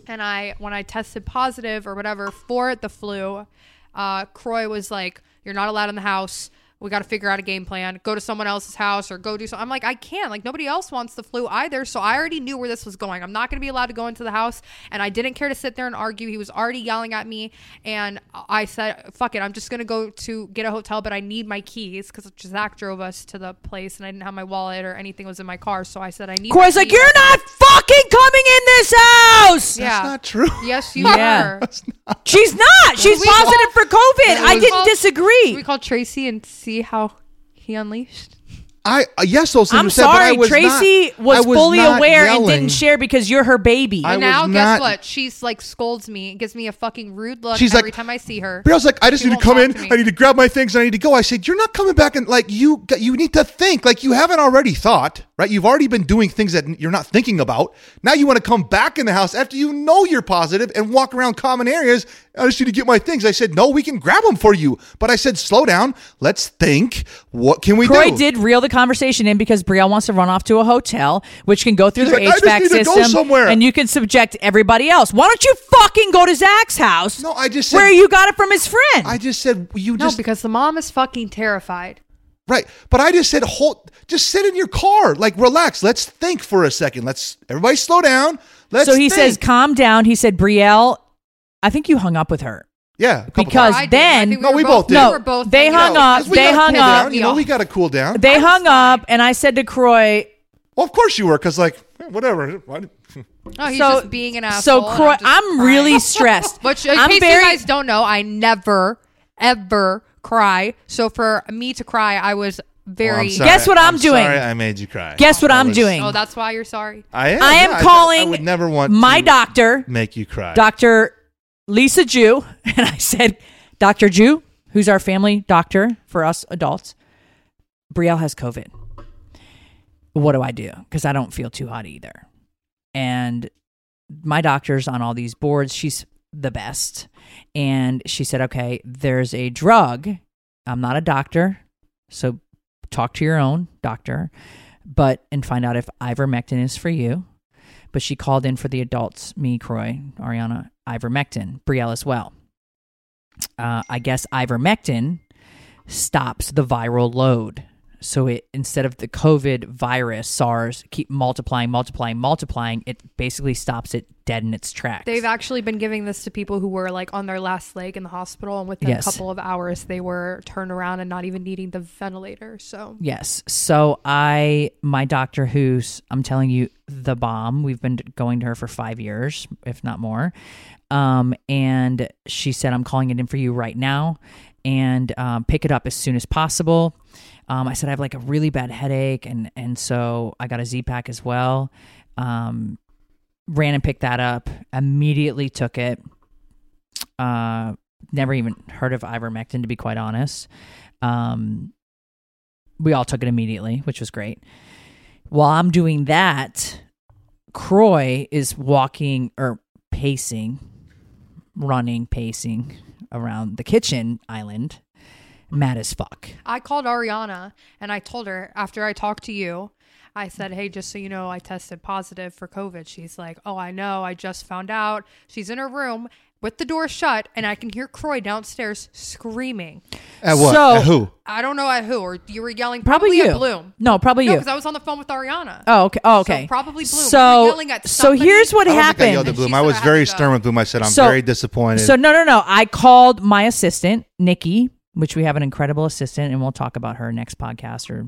Speaker 5: and I when I tested positive or whatever for the flu, uh, Croy was like, "You're not allowed in the house." We got to figure out a game plan. Go to someone else's house or go do something. I'm like, I can't. Like, nobody else wants the flu either. So I already knew where this was going. I'm not going to be allowed to go into the house. And I didn't care to sit there and argue. He was already yelling at me. And I said, fuck it. I'm just going to go to get a hotel, but I need my keys because Zach drove us to the place and I didn't have my wallet or anything was in my car. So I said, I need my
Speaker 3: Corey's like,
Speaker 5: keys."
Speaker 3: you're not fucking coming in this house.
Speaker 5: Yeah.
Speaker 4: That's not true.
Speaker 5: Yes, you
Speaker 3: Yeah.
Speaker 5: are.
Speaker 3: She's not. She's
Speaker 5: We
Speaker 3: positive
Speaker 5: call-
Speaker 3: for COVID. I
Speaker 5: We
Speaker 3: didn't
Speaker 5: call-
Speaker 3: disagree.
Speaker 5: We call Tracy and see how he unleashed.
Speaker 4: I uh, yes, those things
Speaker 3: I'm
Speaker 4: were said, but I
Speaker 3: sorry.
Speaker 4: was not-
Speaker 3: Tracy
Speaker 4: I
Speaker 3: was, fully
Speaker 4: not
Speaker 3: aware and
Speaker 4: yelling.
Speaker 3: didn't share because you're her baby.
Speaker 4: I
Speaker 5: And now,
Speaker 4: was
Speaker 5: guess
Speaker 4: not-
Speaker 5: what? She's like scolds me, and gives me a fucking rude look
Speaker 4: She's
Speaker 5: every
Speaker 4: like-
Speaker 5: time I see her.
Speaker 4: But I was like, I just
Speaker 5: She
Speaker 4: need to
Speaker 5: won't
Speaker 4: come
Speaker 5: talk
Speaker 4: in.
Speaker 5: to me.
Speaker 4: I need to grab my things. And I need to go. I said, you're not coming back, and like you, got- you need to think. Like you haven't already thought. right? You've already been doing things that you're not thinking about. Now you want to come back in the house after you know you're positive and walk around common areas. I just need to get my things. I said, no, we can grab them for you. But I said, slow down. Let's think. What can we
Speaker 3: Croy
Speaker 4: do?
Speaker 3: did reel the conversation in because Brielle wants to run off to a hotel, which can go through
Speaker 4: She's
Speaker 3: their
Speaker 4: like, "I just
Speaker 3: HVAC
Speaker 4: need to go
Speaker 3: system,
Speaker 4: somewhere."
Speaker 3: and you can subject everybody else. Why don't you fucking go to Zach's house?
Speaker 4: No, I just said-
Speaker 3: where you got it from his friend.
Speaker 4: I just said you
Speaker 5: No,
Speaker 4: just
Speaker 5: because the mom is fucking terrified.
Speaker 4: right, but I just said hold. Just sit in your car, like relax. Let's think for a second. Let's everybody slow down. Let's.
Speaker 3: so he says,
Speaker 4: think.
Speaker 3: "Calm down." He said, "Brielle, I think you hung up with her."
Speaker 4: yeah, a couple
Speaker 3: because-
Speaker 4: times.
Speaker 5: I did.
Speaker 3: then-
Speaker 5: I think
Speaker 4: No, we
Speaker 5: were
Speaker 4: both did.
Speaker 5: we
Speaker 4: No,
Speaker 5: were both
Speaker 3: they
Speaker 5: like,
Speaker 3: hung
Speaker 5: "Yo,
Speaker 3: up.
Speaker 4: 'cause we
Speaker 3: they
Speaker 4: gotta
Speaker 3: hung
Speaker 4: cool
Speaker 3: up.
Speaker 4: down, You know, we got to cool down.
Speaker 3: They hung up, and I said to Croy,
Speaker 4: well, of course you were, because like eh, whatever.
Speaker 5: Oh, he's
Speaker 3: so
Speaker 5: just being an
Speaker 3: So
Speaker 5: asshole. and
Speaker 3: Croy,
Speaker 5: I'm, just
Speaker 3: I'm,
Speaker 5: crying."
Speaker 3: really stressed.
Speaker 5: Which, in
Speaker 3: I'm
Speaker 5: case
Speaker 3: very-
Speaker 5: you guys don't know, I never, ever cry. So for me to cry, I was
Speaker 4: Oh,
Speaker 5: very.
Speaker 3: sorry. Guess what I'm doing.
Speaker 4: Sorry, I made you cry.
Speaker 3: Guess what
Speaker 4: I
Speaker 3: I'm
Speaker 4: was-
Speaker 3: doing.
Speaker 5: oh, that's why you're sorry.
Speaker 4: I am.
Speaker 3: I
Speaker 4: yeah,
Speaker 3: am
Speaker 4: I-
Speaker 3: calling
Speaker 4: I would never want
Speaker 3: my
Speaker 4: to
Speaker 3: doctor,
Speaker 4: Make you cry.
Speaker 3: Doctor Lisa Jew, and I said, Doctor Jew, who's our family doctor for us adults, Brielle has COVID. What do I do? Because I don't feel too hot either. And my doctor's on all these boards. She's the best. And she said, okay, there's a drug. I'm not a doctor. So talk to your own doctor, but and find out if ivermectin is for you. But she called in for the adults, me, Croy, Ariana, ivermectin, Brielle as well. Uh, I guess ivermectin stops the viral load. So it instead of the COVID virus, SARS, keep multiplying, multiplying, multiplying, it basically stops it dead in its tracks.
Speaker 5: They've actually been giving this to people who were like on their last leg in the hospital, and within
Speaker 3: Yes.
Speaker 5: a couple of hours, they were turned around and not even needing the ventilator. So
Speaker 3: Yes. So I, my doctor, who's I'm telling you, the bomb. We've been going to her for five years, if not more. Um, and she said, "I'm calling it in for you right now, and um, pick it up as soon as possible." Um, I said, "I have like a really bad headache, and and so I got a Z pack as well." Um, ran and picked that up. Immediately took it. Uh, never even heard of ivermectin, to be quite honest. Um, we all took it immediately, which was great. While I'm doing that, Croy is walking or pacing, running, pacing around the kitchen island, mad as fuck.
Speaker 5: I called Ariana and I told her after I talked to you, I said, Hey, just so you know, I tested positive for COVID. She's like, Oh, I know. I just found out. She's in her room with the door shut, and I can hear Croy downstairs screaming.
Speaker 4: At what?
Speaker 3: So-
Speaker 4: At who?
Speaker 5: I don't know at who, or you were yelling,
Speaker 3: Probably,
Speaker 5: probably,
Speaker 3: you.
Speaker 5: at Bloom.
Speaker 3: No, probably
Speaker 5: No,
Speaker 3: you.
Speaker 5: because I was on the phone with Ariana.
Speaker 3: oh, okay. Oh, okay.
Speaker 5: So probably Bloom.
Speaker 3: So,
Speaker 5: You're yelling at
Speaker 3: so
Speaker 5: somebody.
Speaker 3: here's what
Speaker 4: I don't think I
Speaker 3: happened.
Speaker 4: yelled at
Speaker 5: She
Speaker 4: Bloom.
Speaker 5: said
Speaker 4: I was
Speaker 5: I had
Speaker 4: very
Speaker 5: to go.
Speaker 4: stern with Bloom. I said I'm
Speaker 3: So-
Speaker 4: very disappointed.
Speaker 3: So no, no, no. I called my assistant, Nikki, which we have an incredible assistant, and we'll talk about her next podcast, or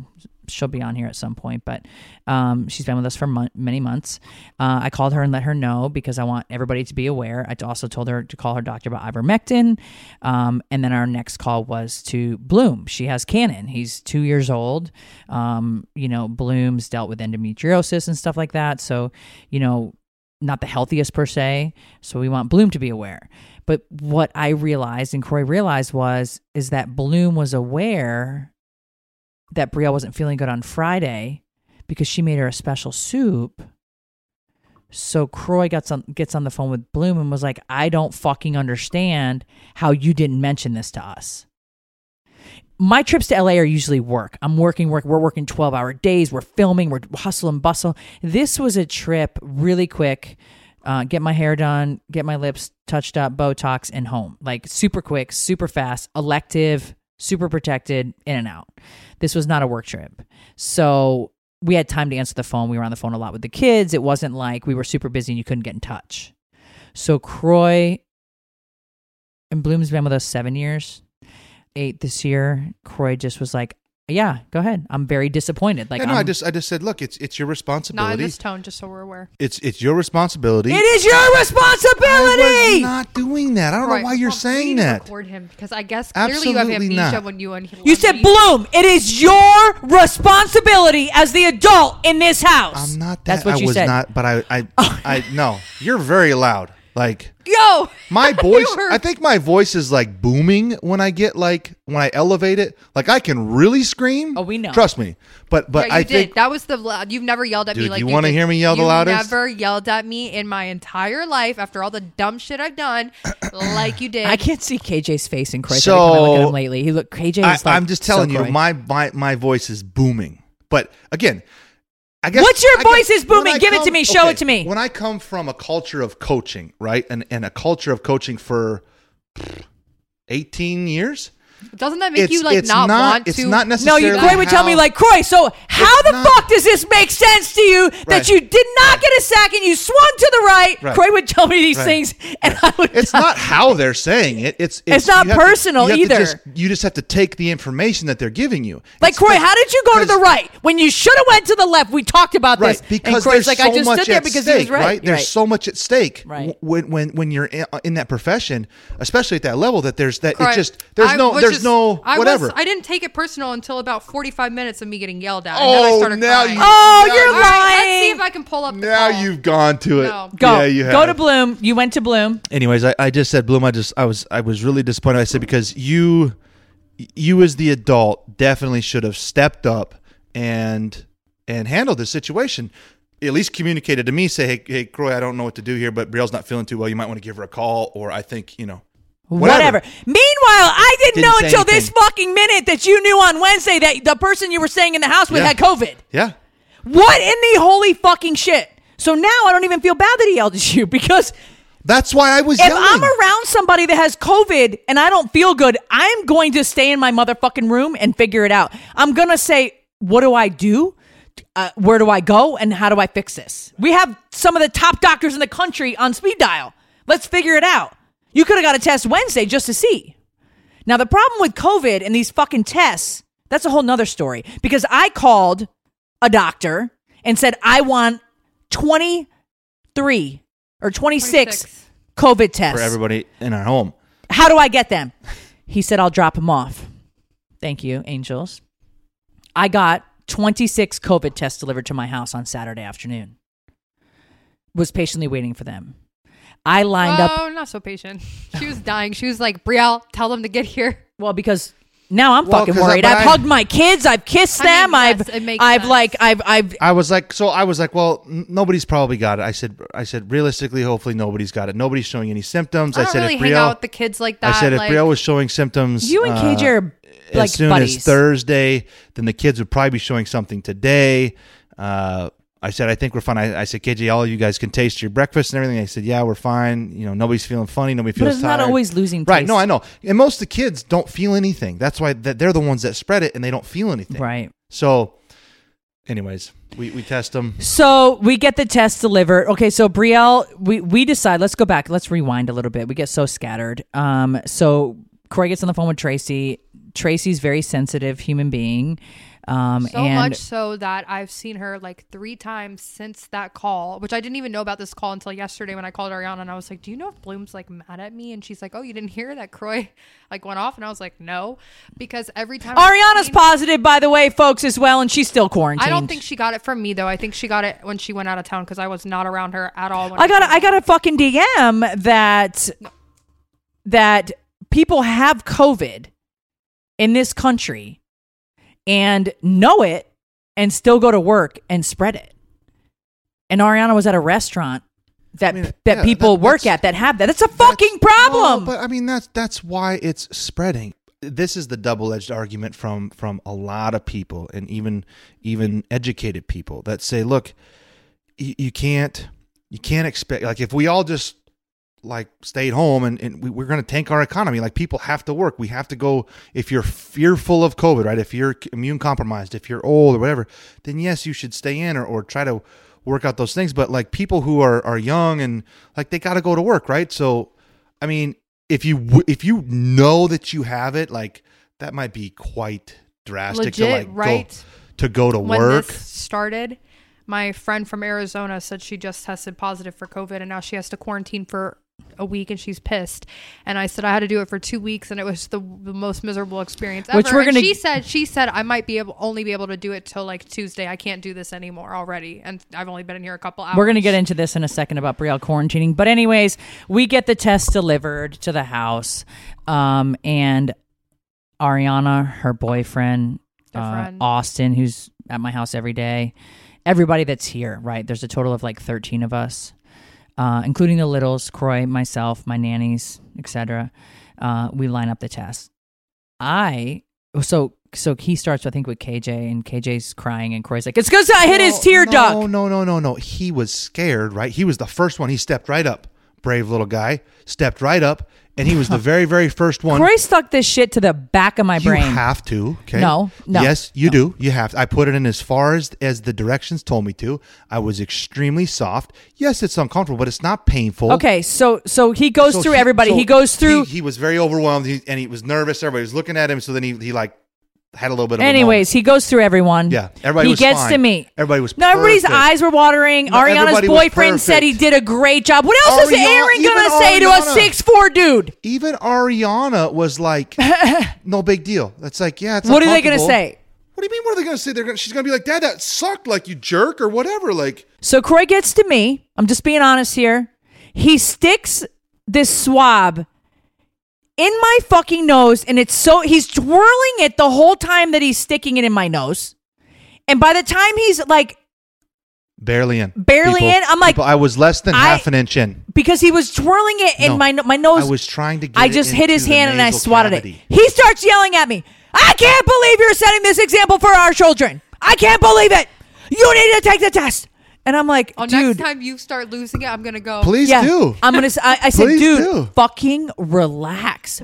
Speaker 3: she'll be on here at some point. But um, she's been with us for mon- many months. Uh, I called her and let her know because I want everybody to be aware. I also told her to call her doctor about ivermectin, um, and then our next call was to Bloom. She has Cannon. He's two years old. Um, you know, Bloom's dealt with endometriosis and stuff like that. So, you know, not the healthiest per se. So we want Bloom to be aware. But what I realized and Corey realized was is that Bloom was aware that Brielle wasn't feeling good on Friday because she made her a special soup. So Croy gets on gets on the phone with Bloom and was like, "I don't fucking understand how you didn't mention this to us." My trips to LA are usually work. I'm working work. We're working 12-hour days. We're filming, we're hustle and bustle. This was a trip really quick. Uh, get my hair done, get my lips touched up, Botox, and home. Like super quick, super fast, elective, super protected, in and out. This was not a work trip. So we had time to answer the phone. We were on the phone a lot with the kids. It wasn't like we were super busy and you couldn't get in touch. So Croy and Bloom's been with us seven years, eight this year. Croy just was like, "Yeah, go ahead. I'm very disappointed. Like,
Speaker 4: Yeah, no, I
Speaker 3: I'm-
Speaker 4: just I just said, look, it's it's your
Speaker 5: Not in
Speaker 4: responsibility.
Speaker 5: this tone, just so we're aware.
Speaker 4: It's it's your responsibility.
Speaker 3: it is your
Speaker 4: I was
Speaker 3: responsibility.
Speaker 4: not doing that. I don't
Speaker 5: Right.
Speaker 4: know why you're
Speaker 5: Mom, we
Speaker 4: saying
Speaker 5: need to
Speaker 4: that.
Speaker 5: Record him because I guess clearly you have
Speaker 4: Absolutely
Speaker 5: amnesia
Speaker 4: not.
Speaker 5: when you and he
Speaker 3: You said, Bloom, it is your responsibility as the adult in this house.
Speaker 4: I'm not. That,
Speaker 3: That's what
Speaker 4: I
Speaker 3: you Oh.
Speaker 4: was
Speaker 3: said.
Speaker 4: not. But I I I no. You're very loud. Like
Speaker 5: Yo,
Speaker 4: my
Speaker 5: You
Speaker 4: voice,
Speaker 5: were-
Speaker 4: I think my voice is like booming when I get like when I elevate it. Like I can really scream.
Speaker 3: Oh, we know.
Speaker 4: Trust me. But but
Speaker 5: Yeah, you
Speaker 4: I
Speaker 5: did.
Speaker 4: think
Speaker 5: that was the loud. You've never yelled at me
Speaker 4: Dude,
Speaker 5: like
Speaker 4: you wanna
Speaker 5: did.
Speaker 4: hear me yell the
Speaker 5: You
Speaker 4: loudest?
Speaker 5: Never yelled at me in my entire life after all the dumb shit I've done, like you did.
Speaker 3: I can't see KJ's face in Croy. So, I look at
Speaker 4: So-
Speaker 3: him lately. He look KJ. Is
Speaker 4: I,
Speaker 3: like
Speaker 4: I'm just telling
Speaker 3: so
Speaker 4: you,
Speaker 3: Croy.
Speaker 4: my, my my voice is booming. But again, I guess
Speaker 3: What's your
Speaker 4: I guess
Speaker 3: voice is
Speaker 4: when
Speaker 3: booming?
Speaker 4: I
Speaker 3: Give it to me. Show it to me.
Speaker 4: When I come from a culture of coaching, right, and and a culture of coaching for 18 years,
Speaker 5: Doesn't that make
Speaker 4: it's
Speaker 5: you like
Speaker 4: it's
Speaker 5: not,
Speaker 4: not,
Speaker 5: want
Speaker 4: it's
Speaker 5: to?
Speaker 4: not
Speaker 3: no,
Speaker 4: necessarily.
Speaker 3: you Croy would tell me
Speaker 4: how-
Speaker 3: like Croy. So how
Speaker 4: It's
Speaker 3: the
Speaker 4: not-
Speaker 3: fuck does this make sense to you that
Speaker 4: Right.
Speaker 3: you did not get a sack and you swung to the right?
Speaker 4: Right.
Speaker 3: Croy would tell me these
Speaker 4: Right.
Speaker 3: things, and I would.
Speaker 4: It's not how they're saying it. It's it's,
Speaker 3: not
Speaker 4: you have to-
Speaker 3: personal
Speaker 4: you have to
Speaker 3: either.
Speaker 4: just- you just have to take the information that they're giving you.
Speaker 3: Like
Speaker 4: It's
Speaker 3: Croy,
Speaker 4: the-
Speaker 3: how did you go to the
Speaker 4: because-
Speaker 3: right when you should have went to the left? We talked about
Speaker 4: Right,
Speaker 3: this. and
Speaker 4: because
Speaker 3: Croy's
Speaker 4: there's
Speaker 3: like,
Speaker 4: so
Speaker 3: I just
Speaker 4: much
Speaker 3: stood there
Speaker 4: at
Speaker 3: because
Speaker 4: stake,
Speaker 3: he was right.
Speaker 4: right?
Speaker 3: You're
Speaker 4: There's so much at stake
Speaker 3: Right.
Speaker 4: w- when when when you're in, in that profession, especially at that level. That there's that
Speaker 5: Right.
Speaker 4: it just there's
Speaker 5: I
Speaker 4: no
Speaker 5: was
Speaker 4: there's
Speaker 5: just-
Speaker 4: no
Speaker 5: I was-
Speaker 4: whatever.
Speaker 5: I didn't take it personal until about 45 minutes of me getting yelled at. and then I
Speaker 4: oh,
Speaker 5: started
Speaker 4: now
Speaker 5: crying.
Speaker 4: you
Speaker 3: Oh,
Speaker 4: now
Speaker 3: you're
Speaker 4: you-
Speaker 5: All right, let's see
Speaker 3: lying.
Speaker 5: if I can pull up. The
Speaker 4: now
Speaker 5: call.
Speaker 4: you've gone to it.
Speaker 5: No.
Speaker 3: Go.
Speaker 4: Yeah, you have.
Speaker 3: Go to Bloom. You went to Bloom.
Speaker 4: anyways I, I just said bloom i just i was i was really disappointed i said because you you as the adult definitely should have stepped up and and handled this situation at least communicated to me say hey hey croy i don't know what to do here but brielle's not feeling too well you might want to give her a call or i think you know
Speaker 3: Whatever. Meanwhile, I didn't,
Speaker 2: Didn't
Speaker 3: know
Speaker 2: say
Speaker 3: until this
Speaker 2: anything.
Speaker 3: fucking minute that you knew on Wednesday that the person you were staying in the house with
Speaker 4: Yeah.
Speaker 3: had COVID.
Speaker 4: yeah
Speaker 3: What in the holy fucking shit? So now I don't even feel bad that he yelled at you because
Speaker 4: that's why i was
Speaker 3: if
Speaker 4: yelling
Speaker 3: I'm around somebody that has COVID and I don't feel good, I'm going to stay in my motherfucking room and figure it out. I'm going to say, what do I do? Uh, where do I go? And how do I fix this? We have some of the top doctors in the country on speed dial. Let's figure it out. You could have got a test Wednesday just to see. Now, the problem with COVID and these fucking tests, that's a whole nother story because I called a doctor and said, I want 23 or 26,
Speaker 5: 26.
Speaker 3: COVID tests.
Speaker 4: for everybody in our home
Speaker 3: How do I get them? He said, I'll drop them off. Thank you, angels. I got 26 COVID tests delivered to my house on Saturday afternoon. Was patiently waiting for them. I lined up
Speaker 5: Oh, not so patient. She was dying. She was like, Brielle, tell them to get here.
Speaker 3: well because now I'm
Speaker 4: Well,
Speaker 3: fucking
Speaker 4: 'cause I-
Speaker 3: worried.
Speaker 4: but
Speaker 3: I've
Speaker 4: I-
Speaker 3: hugged my kids. I've kissed
Speaker 5: I mean,
Speaker 3: them.
Speaker 5: yes,
Speaker 3: I've
Speaker 5: it makes
Speaker 3: I've
Speaker 5: sense.
Speaker 3: like I've I've
Speaker 4: I was like, so I was like, well, n- nobody's probably got it. I said, I said, realistically, hopefully nobody's got it. Nobody's showing any symptoms.
Speaker 5: I
Speaker 4: I,
Speaker 5: don't
Speaker 4: said,
Speaker 5: really
Speaker 4: if
Speaker 5: hang
Speaker 4: Brielle,
Speaker 5: out with the kids like that.
Speaker 4: I said, if
Speaker 5: like,
Speaker 4: Brielle was showing symptoms,
Speaker 3: you and KJ
Speaker 4: uh,
Speaker 3: are like
Speaker 4: as soon
Speaker 3: buddies.
Speaker 4: as Thursday, then the kids would probably be showing something today. Uh, I said, I think we're fine. I, I said, KJ, all of you guys can taste your breakfast and everything. I said, yeah, we're fine. You know, nobody's feeling funny. Nobody feels
Speaker 3: it's not
Speaker 4: tired.
Speaker 3: always losing
Speaker 4: Right.
Speaker 3: taste.
Speaker 4: No, I know. And most of the kids don't feel anything. That's why th- they're the ones that spread it and they don't feel anything.
Speaker 3: right.
Speaker 4: So, anyways, we, we test them.
Speaker 3: So we get the test delivered. Okay, so Brielle, we we decide. Let's go back. Let's rewind a little bit. We get so scattered. Um, so Corey gets on the phone with Tracy. Tracy's very sensitive human being. Um,
Speaker 5: so
Speaker 3: and
Speaker 5: much so that I've seen her like three times since that call, which I didn't even know about this call until yesterday when I called Ariana and I was like, Do you know if Bloom's like mad at me? And she's like, Oh, you didn't hear that Croy like went off? And I was like, No, because every time I've
Speaker 3: Ariana's
Speaker 5: seen-
Speaker 3: positive, by the way, folks, as well, and she's still quarantined.
Speaker 5: I don't think she got it from me though. I think she got it when she went out of town because I was not around her at all. When
Speaker 3: I got a,
Speaker 5: came
Speaker 3: I got
Speaker 5: home.
Speaker 3: a fucking DM that that people have COVID in this country and know it and still go to work and spread it. And Ariana was at a restaurant that
Speaker 4: I mean,
Speaker 3: that
Speaker 4: yeah,
Speaker 3: people
Speaker 4: that-
Speaker 3: work
Speaker 4: that's-
Speaker 3: at that have that. That's a
Speaker 4: That's-
Speaker 3: fucking problem.
Speaker 4: Well, but I mean, that's that's why it's spreading. This is the double-edged argument from from a lot of people, and even even educated people that say, "Look, you, you can't you can't expect like if we all just like stayed home and, and we, we're going to tank our economy like people have to work we have to go if you're fearful of covid right if you're immune compromised if you're old or whatever then yes you should stay in or, or try to work out those things but like people who are are young and like they got to go to work right so i mean if you w- if you know that you have it like that might be quite drastic to like
Speaker 5: Legit,
Speaker 4: go,
Speaker 5: right?
Speaker 4: to go to
Speaker 5: when
Speaker 4: work
Speaker 5: this started, my friend from Arizona said she just tested positive for COVID and now she has to quarantine for a week and she's pissed. And I said I had to do it for two weeks and it was the, the most miserable experience ever.
Speaker 3: Which we're
Speaker 5: And
Speaker 3: gonna-
Speaker 5: she said she said I might be able only be able to do it till like Tuesday. I can't do this anymore already, and I've only been in here a couple hours.
Speaker 3: We're going to get into this in a second about Brielle quarantining. But, anyways, we get the test delivered to the house. Um, and Ariana, her boyfriend,
Speaker 5: Their
Speaker 3: uh,
Speaker 5: friend.
Speaker 3: Austin, who's at my house every day, everybody that's here, right? There's a total of like 13 of us, uh, including the littles, Croy, myself, my nannies, etc. Uh, we line up the test. I so so he starts I think with KJ and KJ's crying and Croy's like it's because I hit his
Speaker 4: No,
Speaker 3: tear
Speaker 4: no,
Speaker 3: duct.
Speaker 4: No, no, no, no. He was scared, right? He was the first one. He stepped right up. Brave little guy stepped right up, and he was the very, very first one.
Speaker 3: Croy stuck this shit to the back of my
Speaker 4: you
Speaker 3: brain.
Speaker 4: have to. Okay.
Speaker 3: No, no,
Speaker 4: Yes, you do. You have. To. I put it in as far as as the directions told me to. I was extremely soft. Yes, it's uncomfortable, but it's not painful.
Speaker 3: okay, so so he goes
Speaker 4: So
Speaker 3: through everybody.
Speaker 4: so
Speaker 3: he goes through.
Speaker 4: He, he was very overwhelmed, he, and he was nervous. Everybody was looking at him. So then he, he like had a little bit of. a moment.
Speaker 3: Anyways, he goes through everyone.
Speaker 4: Yeah, everybody
Speaker 3: He
Speaker 4: was
Speaker 3: gets
Speaker 4: fine.
Speaker 3: to me.
Speaker 4: Everybody was
Speaker 3: No, everybody's
Speaker 4: perfect.
Speaker 3: eyes were watering.
Speaker 4: No,
Speaker 3: Ariana's
Speaker 4: everybody was
Speaker 3: boyfriend said he
Speaker 4: perfect.
Speaker 3: did a great job. What else is
Speaker 4: Ariana-
Speaker 3: Aaron
Speaker 4: even
Speaker 3: gonna say to a
Speaker 4: Ariana.
Speaker 3: six four dude?
Speaker 4: even Ariana was like, "No big deal." That's like, yeah. It's
Speaker 3: What are they gonna
Speaker 4: uncomfortable.
Speaker 3: say?
Speaker 4: What do you mean? What are they going to say? They're gonna, she's going to be like, "Dad, that sucked, like you jerk or whatever." Like,
Speaker 3: So Croy gets to me. I'm just being honest here. He sticks this swab in my fucking nose, and it's so he's twirling it the whole time that he's sticking it in my nose. And by the time he's like,
Speaker 4: barely in,
Speaker 3: Barely in? I'm like-
Speaker 4: I was less than
Speaker 3: I-
Speaker 4: half an inch in.
Speaker 3: because he was twirling it in
Speaker 4: No,
Speaker 3: my no- my nose.
Speaker 4: I was trying to. get
Speaker 3: I
Speaker 4: it
Speaker 3: just hit
Speaker 4: into
Speaker 3: his
Speaker 4: the
Speaker 3: hand and I
Speaker 4: nasal
Speaker 3: swatted
Speaker 4: cavity.
Speaker 3: it. He starts yelling at me. I can't believe you're setting this example for our children. I can't believe it. You need to take the test. And I'm like,
Speaker 5: Oh,
Speaker 3: dude.
Speaker 5: next time you start losing it, I'm gonna go.
Speaker 4: Please
Speaker 3: yeah,
Speaker 4: do.
Speaker 3: I'm gonna. s- I, I said,
Speaker 4: Please
Speaker 3: dude,
Speaker 4: do.
Speaker 3: fucking relax,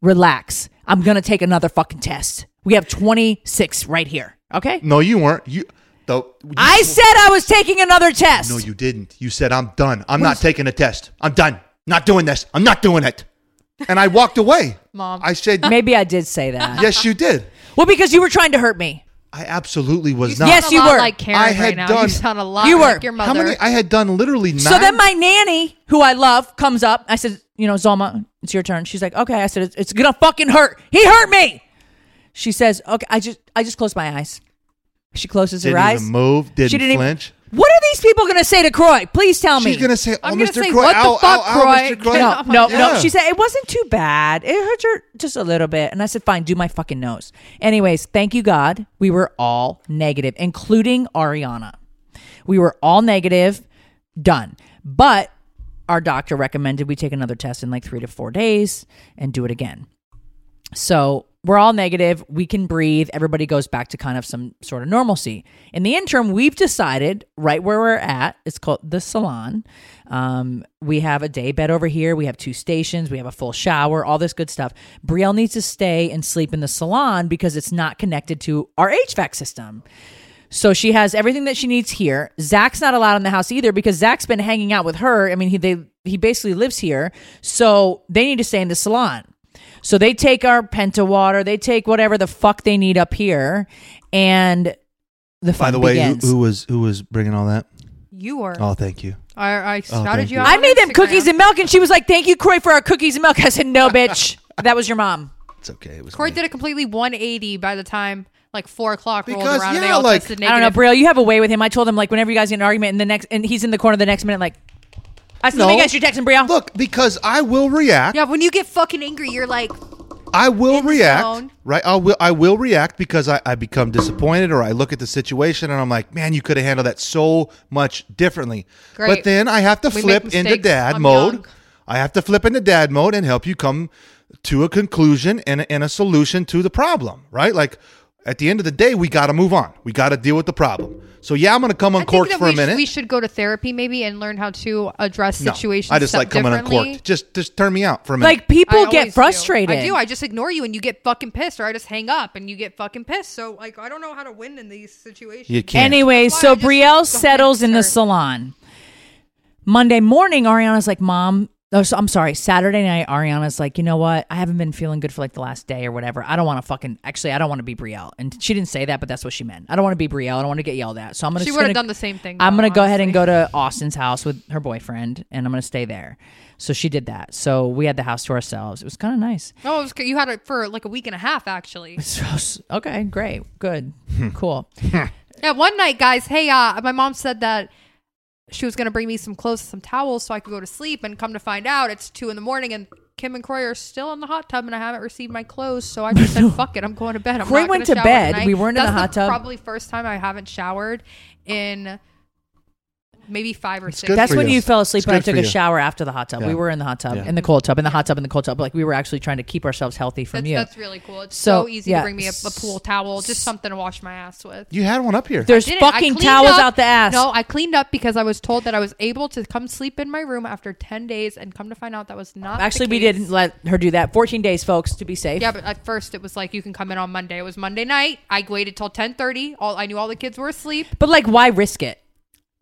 Speaker 3: relax. I'm gonna take another fucking test. We have 26 right here. Okay.
Speaker 4: no, you weren't. You though. you-
Speaker 3: I said I was taking another test.
Speaker 4: no, you didn't. You said, "I'm done. I'm not taking a test. I'm done. Not doing this. I'm not doing it." And I walked away. Mom, I said,
Speaker 3: Maybe I did say that.
Speaker 4: "Yes, you did."
Speaker 3: Well, because you were trying to hurt me.
Speaker 4: I absolutely was
Speaker 5: You
Speaker 4: not.
Speaker 5: sound
Speaker 3: Yes,
Speaker 5: a
Speaker 3: you
Speaker 5: lot
Speaker 3: were.
Speaker 5: Like Karen
Speaker 4: I had
Speaker 5: right now.
Speaker 4: done-
Speaker 5: You sound a lot.
Speaker 3: You
Speaker 5: like
Speaker 3: were.
Speaker 5: Your
Speaker 3: How
Speaker 5: mother.
Speaker 4: How many? I had done literally nine.
Speaker 3: So then my nanny, who I love, comes up. I said, you know, Zalma, it's your turn. She's like, okay. I said, it's, it's gonna fucking hurt. He hurt me. She says, okay. I just, I just closed my eyes. She closes
Speaker 4: didn't
Speaker 3: her eyes.
Speaker 4: even move. Didn't,
Speaker 3: she didn't even-
Speaker 4: flinch.
Speaker 3: what are these people gonna say to Croy? Please tell me.
Speaker 4: She's gonna say, "Oh,
Speaker 5: I'm gonna
Speaker 4: Mr.
Speaker 5: say,
Speaker 4: Croy,
Speaker 5: what the
Speaker 4: ow,
Speaker 5: fuck,
Speaker 4: ow, ow,
Speaker 5: Croy?
Speaker 4: Mr. Croy."
Speaker 3: no, no, no.
Speaker 4: Yeah.
Speaker 3: She said it wasn't too bad. It hurt her just a little bit. And I said, fine, do my fucking nose. Anyways, thank you God, we were all negative, including Ariana. We were all negative. Done. But our doctor recommended we take another test in like three to four days and do it again. So we're all negative. We can breathe. Everybody goes back to kind of some sort of normalcy. In the interim, we've decided right where we're at. It's called the salon. Um, we have a day bed over here. We have two stations. We have a full shower. All this good stuff. Brielle needs to stay and sleep in the salon because it's not connected to our HVAC system. So she has everything that she needs here. Zach's not allowed in the house either because Zach's been hanging out with her. I mean, he they he basically lives here. So they need to stay in the salon. So they take our penta water, they take whatever the fuck they need up here, and the fun
Speaker 4: By the way, who,
Speaker 3: begins.
Speaker 4: who was who was bringing all that?
Speaker 5: You were.
Speaker 4: Oh, thank you.
Speaker 5: I, I shouted
Speaker 4: thank
Speaker 5: you.
Speaker 4: you.
Speaker 5: out
Speaker 3: I
Speaker 5: on
Speaker 3: made them
Speaker 5: Instagram.
Speaker 3: cookies and milk, and she was like, "Thank you, Croy, for our cookies and milk." I said, "No, bitch, that was your mom."
Speaker 4: It's okay. It was
Speaker 5: Corey
Speaker 4: me.
Speaker 5: did a completely 180 by the time like four o'clock rolled
Speaker 4: Because,
Speaker 5: around. and they
Speaker 4: yeah,
Speaker 5: all
Speaker 4: like-
Speaker 5: tested
Speaker 3: I
Speaker 5: negative.
Speaker 3: don't know, Brielle, you have a way with him. I told him like, whenever you guys get in an argument, and the next, and he's in the corner the next minute, like, I said, "Let me
Speaker 4: No.
Speaker 3: guess, you're texting Brielle."
Speaker 4: Look, because I will react.
Speaker 5: Yeah, when you get fucking angry, you're like,
Speaker 4: I will
Speaker 5: in the zone.
Speaker 4: react. Right? I will. I will react because I, I become disappointed or I look at the situation and I'm like, man, you could have handled that so much differently.
Speaker 5: Great.
Speaker 4: But then I have to
Speaker 5: We
Speaker 4: flip
Speaker 5: make
Speaker 4: into
Speaker 5: mistakes.
Speaker 4: dad
Speaker 5: I'm
Speaker 4: mode.
Speaker 5: young.
Speaker 4: I have to flip into dad mode and help you come to a conclusion and a, and a solution to the problem. Right? Like. At the end of the day, we got to move on. We got to deal with the problem. So yeah, I'm going to come
Speaker 5: I think
Speaker 4: uncorked
Speaker 5: that
Speaker 4: for
Speaker 5: we,
Speaker 4: a
Speaker 5: sh-
Speaker 4: minute.
Speaker 5: we should go to therapy maybe and learn how to address
Speaker 4: No,
Speaker 5: situations.
Speaker 4: I just like coming
Speaker 5: differently.
Speaker 4: uncorked. Just just turn me out for a minute.
Speaker 3: like people
Speaker 5: I always
Speaker 3: get
Speaker 5: do.
Speaker 3: frustrated.
Speaker 5: I do. I just ignore you and you get fucking pissed, or I just hang up and you get fucking pissed. So like, I don't know how to win in these situations.
Speaker 4: you can't.
Speaker 3: Anyway,
Speaker 5: That's why
Speaker 3: so
Speaker 5: I just
Speaker 3: Brielle
Speaker 5: don't
Speaker 3: settles in the
Speaker 5: answer.
Speaker 3: salon. Monday morning, Ariana's like, Mom, No, so, I'm sorry. Saturday night, Ariana's like, you know what? I haven't been feeling good for like the last day or whatever. I don't want to fucking. Actually, I don't want to be Brielle, and she didn't say that, but that's what she meant. I don't want to be Brielle. I don't want to get yelled at. So I'm gonna.
Speaker 5: She
Speaker 3: just
Speaker 5: would've
Speaker 3: gonna-
Speaker 5: done the same thing,
Speaker 3: I'm
Speaker 5: though,
Speaker 3: gonna go ahead and go
Speaker 5: honestly.
Speaker 3: to Austin's house with her boyfriend, and I'm gonna stay there. So she did that. So we had the house to ourselves. It was kind of nice.
Speaker 5: Oh, it was, you had it for like a week and a half, actually.
Speaker 3: okay, great, good, cool.
Speaker 5: Yeah, one night, guys. Hey, uh, my mom said that she was gonna bring me some clothes, some towels, so I could go to sleep. And come to find out, it's two in the morning, and Kim and Croy are still in the hot tub, and I haven't received my clothes. So I just said, "Fuck it, I'm going to bed." I'm
Speaker 3: Croy
Speaker 5: not
Speaker 3: went
Speaker 5: gonna
Speaker 3: to
Speaker 5: shower
Speaker 3: bed.
Speaker 5: tonight."
Speaker 3: We weren't in
Speaker 5: That's
Speaker 3: the hot tub.
Speaker 5: Probably first time I haven't showered in maybe five or six.
Speaker 4: good
Speaker 3: That's
Speaker 4: for
Speaker 3: when
Speaker 4: you.
Speaker 3: you fell asleep
Speaker 4: It's
Speaker 3: and I
Speaker 4: good
Speaker 3: took
Speaker 4: for
Speaker 3: a
Speaker 4: you.
Speaker 3: shower after the hot tub.
Speaker 4: Yeah.
Speaker 3: We were in the hot tub,
Speaker 4: Yeah.
Speaker 3: in the cold tub, in the hot tub, in the cold tub. Like we were actually trying to keep ourselves healthy from
Speaker 5: That's,
Speaker 3: you.
Speaker 5: that's really cool. It's
Speaker 3: So,
Speaker 5: so, easy
Speaker 3: yeah.
Speaker 5: to bring me a, a pool towel, just something to wash my ass with.
Speaker 4: You had one up here.
Speaker 3: There's
Speaker 5: Didn't- I
Speaker 3: fucking
Speaker 5: cleaned
Speaker 3: towels
Speaker 5: up-
Speaker 3: out the ass.
Speaker 5: No, I cleaned up because I was told that I was able to come sleep in my room after ten days, and come to find out that was not. the
Speaker 3: Actually, we
Speaker 5: case.
Speaker 3: didn't let her do that. 14 days, folks, to be safe.
Speaker 5: Yeah, but at first it was like you can come in on Monday. It was Monday night. I waited till ten thirty. All I knew all the kids were asleep.
Speaker 3: But like, why risk it?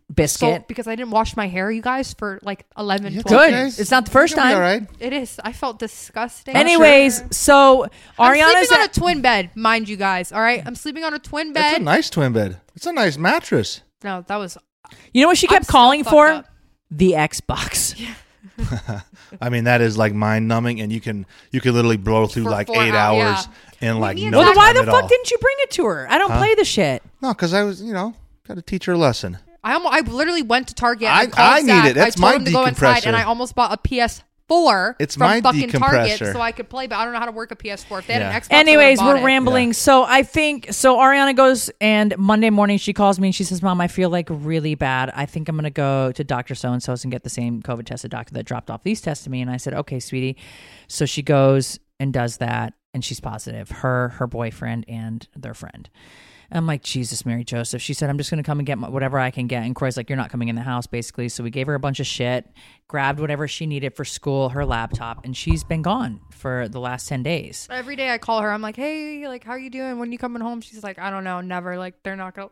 Speaker 5: So
Speaker 3: Biscuit.
Speaker 5: because I didn't wash my hair, you guys, for like 11,
Speaker 4: Yeah,
Speaker 5: 12
Speaker 3: Good.
Speaker 5: days.
Speaker 4: okay.
Speaker 3: It's not the first
Speaker 4: You'll be
Speaker 3: time.
Speaker 4: All right.
Speaker 5: It is. I felt disgusting.
Speaker 3: Anyways, so
Speaker 5: I'm
Speaker 3: Ariana's
Speaker 5: sleeping on a
Speaker 3: at,
Speaker 5: twin bed, mind you guys. All right, I'm sleeping on a twin
Speaker 4: That's
Speaker 5: bed.
Speaker 4: a nice twin bed. It's a nice mattress.
Speaker 5: no, that was
Speaker 3: you know what she
Speaker 5: I'm
Speaker 3: kept
Speaker 5: still
Speaker 3: calling
Speaker 5: fucked
Speaker 3: for?
Speaker 5: up.
Speaker 3: The Xbox.
Speaker 4: I mean, that is like mind numbing, and you can you can literally blow through
Speaker 5: For
Speaker 4: like
Speaker 5: four
Speaker 4: eight
Speaker 5: hours,
Speaker 4: hours
Speaker 5: yeah.
Speaker 4: and like
Speaker 5: Me and
Speaker 4: no
Speaker 5: Zach-
Speaker 3: Well,
Speaker 4: time
Speaker 3: then why the
Speaker 4: at
Speaker 3: fuck
Speaker 4: all.
Speaker 3: didn't you bring it to her? I don't play the shit.
Speaker 4: No, because I was you know got to teach her a lesson.
Speaker 5: I almost, I literally went to Target.
Speaker 4: I-
Speaker 5: and called
Speaker 4: I need
Speaker 5: Zach.
Speaker 4: it. That's
Speaker 5: I told
Speaker 4: my
Speaker 5: him to go inside,
Speaker 4: decompressor.
Speaker 5: and I almost bought a PS4.
Speaker 4: It's
Speaker 5: from
Speaker 4: my
Speaker 5: fucking Target,
Speaker 4: decompressor.
Speaker 5: so I could play. But I don't know how to work a PS4. If they
Speaker 4: Yeah.
Speaker 5: had an Xbox, I would've
Speaker 3: Anyways,
Speaker 5: bought
Speaker 3: we're
Speaker 5: it.
Speaker 3: rambling.
Speaker 4: Yeah.
Speaker 3: So I think so. Ariana goes, and Monday morning she calls me and she says, "Mom, I feel like really bad. I think I'm gonna go to Doctor So and So's and get the same COVID tested doctor that dropped off these tests to me." And I said, "Okay, sweetie." So she goes and does that, and she's positive. Her, her boyfriend, and their friend. I'm like, Jesus, Mary Joseph. She said, I'm just going to come and get my, whatever I can get. And Croy's like, You're not coming in the house, basically. So we gave her a bunch of shit, grabbed whatever she needed for school, her laptop, and she's been gone for the last 10 days.
Speaker 5: Every day I call her. I'm like, hey, like, how you doing? When you coming home? She's like, I don't know, never. Like, they're not gonna,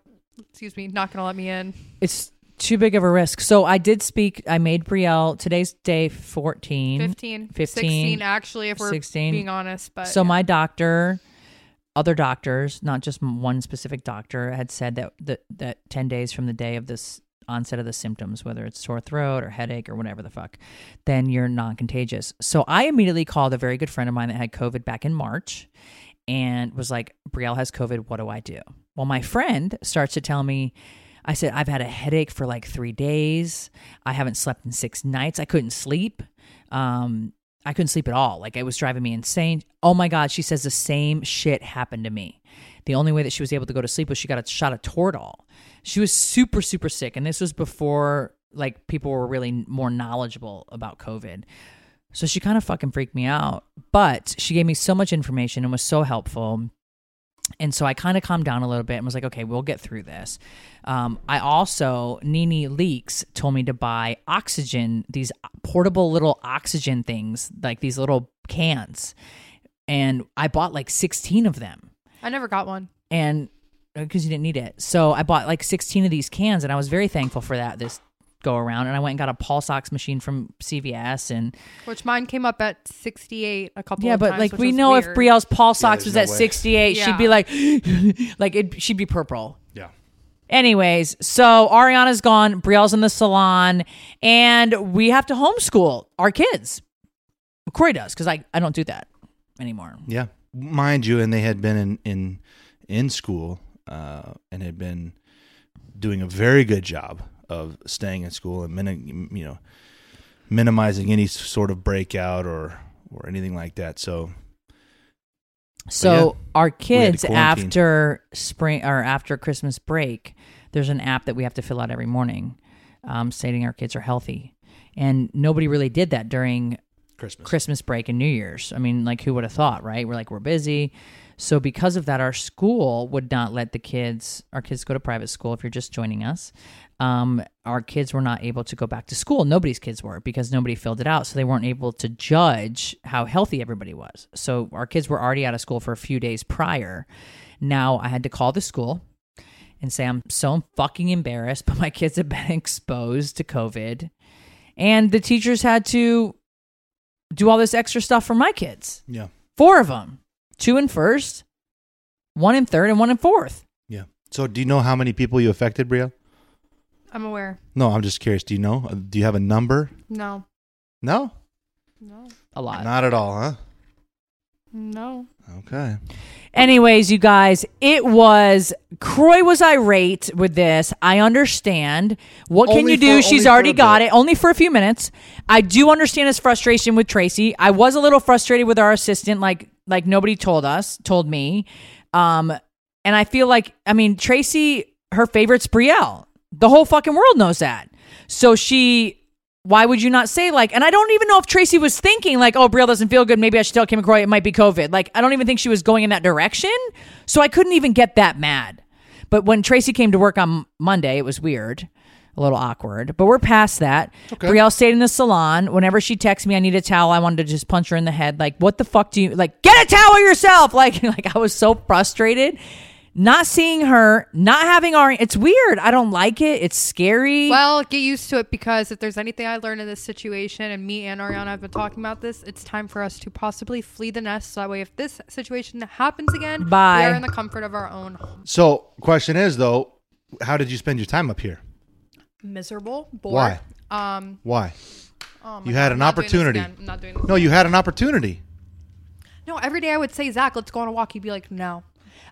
Speaker 5: excuse me, not gonna let me in.
Speaker 3: it's too big of a risk. So I did speak. I made Brielle today's day 14.
Speaker 5: 15,
Speaker 3: 15,
Speaker 5: 16, actually, if we're
Speaker 3: 16.
Speaker 5: being honest. But
Speaker 3: So my doctor, other doctors, not just m- one specific doctor, had said that that, that 10 days from the day of this onset of the symptoms, whether it's sore throat or headache or whatever the fuck, then you're non-contagious. So I immediately called a very good friend of mine that had COVID back in March and was like, Brielle has COVID. What do I do? Well, my friend starts to tell me, I said, I've had a headache for like three days. I haven't slept in six nights. I couldn't sleep. Um, I couldn't sleep at all. Like it was driving me insane. Oh my God. She says the same shit happened to me. The only way that she was able to go to sleep was she got a shot of Toradol. She was super, super sick. And this was before like people were really more knowledgeable about COVID. So she kind of fucking freaked me out. But she gave me so much information and was so helpful. And so I kind of calmed down a little bit and was like, okay, we'll get through this. Um, I also, Nini Leaks told me to buy oxygen, these portable little oxygen things, like these little cans. And I bought like 16 of them.
Speaker 5: I never got one.
Speaker 3: And because you didn't need it. So I bought like 16 of these cans and I was very thankful for that this go around. And I went and got a pulse ox machine from CVS and
Speaker 5: Which mine came up at 68 a couple
Speaker 3: yeah,
Speaker 5: of
Speaker 3: but
Speaker 5: times,
Speaker 3: like
Speaker 5: which
Speaker 3: we
Speaker 5: was
Speaker 3: know if
Speaker 5: weird.
Speaker 3: Brielle's Paul Sox was
Speaker 4: there's no
Speaker 3: at
Speaker 4: way.
Speaker 3: 68, she'd
Speaker 5: Yeah.
Speaker 3: be like, like it, she'd be purple.
Speaker 4: Yeah.
Speaker 3: Anyways, so Ariana's gone, Brielle's in the salon, and we have to homeschool our kids. Corey does because I, I don't do that anymore.
Speaker 4: Yeah, mind you, and they had been in in in school uh, and had been doing a very good job of staying in school and min- you know minimizing any sort of breakout or or anything like that. So
Speaker 3: So our
Speaker 4: had to
Speaker 3: kids
Speaker 4: quarantine.
Speaker 3: after spring or after Christmas break, there's an app that we have to fill out every morning, um, stating our kids are healthy, and nobody really did that during
Speaker 4: Christmas,
Speaker 3: Christmas break and New Year's. I mean, like, who would have thought, right? We're like, we're busy. So, because of that, our school would not let the kids, our kids go to private school if you're just joining us. Um, our kids were not able to go back to school. Nobody's kids were because nobody filled it out. So, they weren't able to judge how healthy everybody was. So, our kids were already out of school for a few days prior. Now, I had to call the school and say, I'm so fucking embarrassed, but my kids have been exposed to COVID. And the teachers had to do all this extra stuff for my kids.
Speaker 4: Yeah.
Speaker 3: Four of them, two in first, one in third, and one in fourth.
Speaker 4: Yeah. So do you know how many people you affected, Bria?
Speaker 5: I'm aware.
Speaker 4: No, I'm just curious. Do you know? Uh, Do you have a number?
Speaker 5: No.
Speaker 4: No.
Speaker 5: No.
Speaker 3: A lot.
Speaker 4: Not at all, huh?
Speaker 5: No.
Speaker 4: Okay.
Speaker 3: Anyways, you guys, it was Croy was irate with this. I understand. What can
Speaker 4: Only
Speaker 3: you do?
Speaker 4: for-
Speaker 3: She's
Speaker 4: only for
Speaker 3: already
Speaker 4: a
Speaker 3: got
Speaker 4: bit.
Speaker 3: it, only for a few minutes. I do understand his frustration with Tracy. I was a little frustrated with our assistant, like like nobody told us, told me. Um, and I feel like I mean Tracy, her favorite's Brielle. The whole fucking world knows that. So she why would you not say like and i don't even know if tracy was thinking like oh brielle doesn't feel good maybe i should tell kim mccroy it might be covid like i don't even think she was going in that direction so i couldn't even get that mad but when tracy came to work on monday it was weird a little awkward but we're past that brielle stayed in the salon whenever she texted me i need a towel i wanted to just punch her in the head like what the fuck do you like get a towel yourself like like i was so frustrated not seeing her not having our it's weird i don't like it it's scary
Speaker 5: Well, get used to it because if there's anything I learned in this situation, and me and Ariana have been talking about this, it's time for us to possibly flee the nest. So that way, if this situation happens again,
Speaker 3: Bye.
Speaker 5: we are in the comfort of our own home.
Speaker 4: So, question is though, how did you spend your time up here?
Speaker 5: Miserable, bored. Why? Um,
Speaker 4: Why?
Speaker 5: oh my
Speaker 4: You had an
Speaker 5: God, I'm not doing this
Speaker 4: opportunity.
Speaker 5: again. I'm not doing this.
Speaker 4: No, you had an opportunity.
Speaker 5: No, every day I would say, Zach, let's go on a walk. You'd be like, no.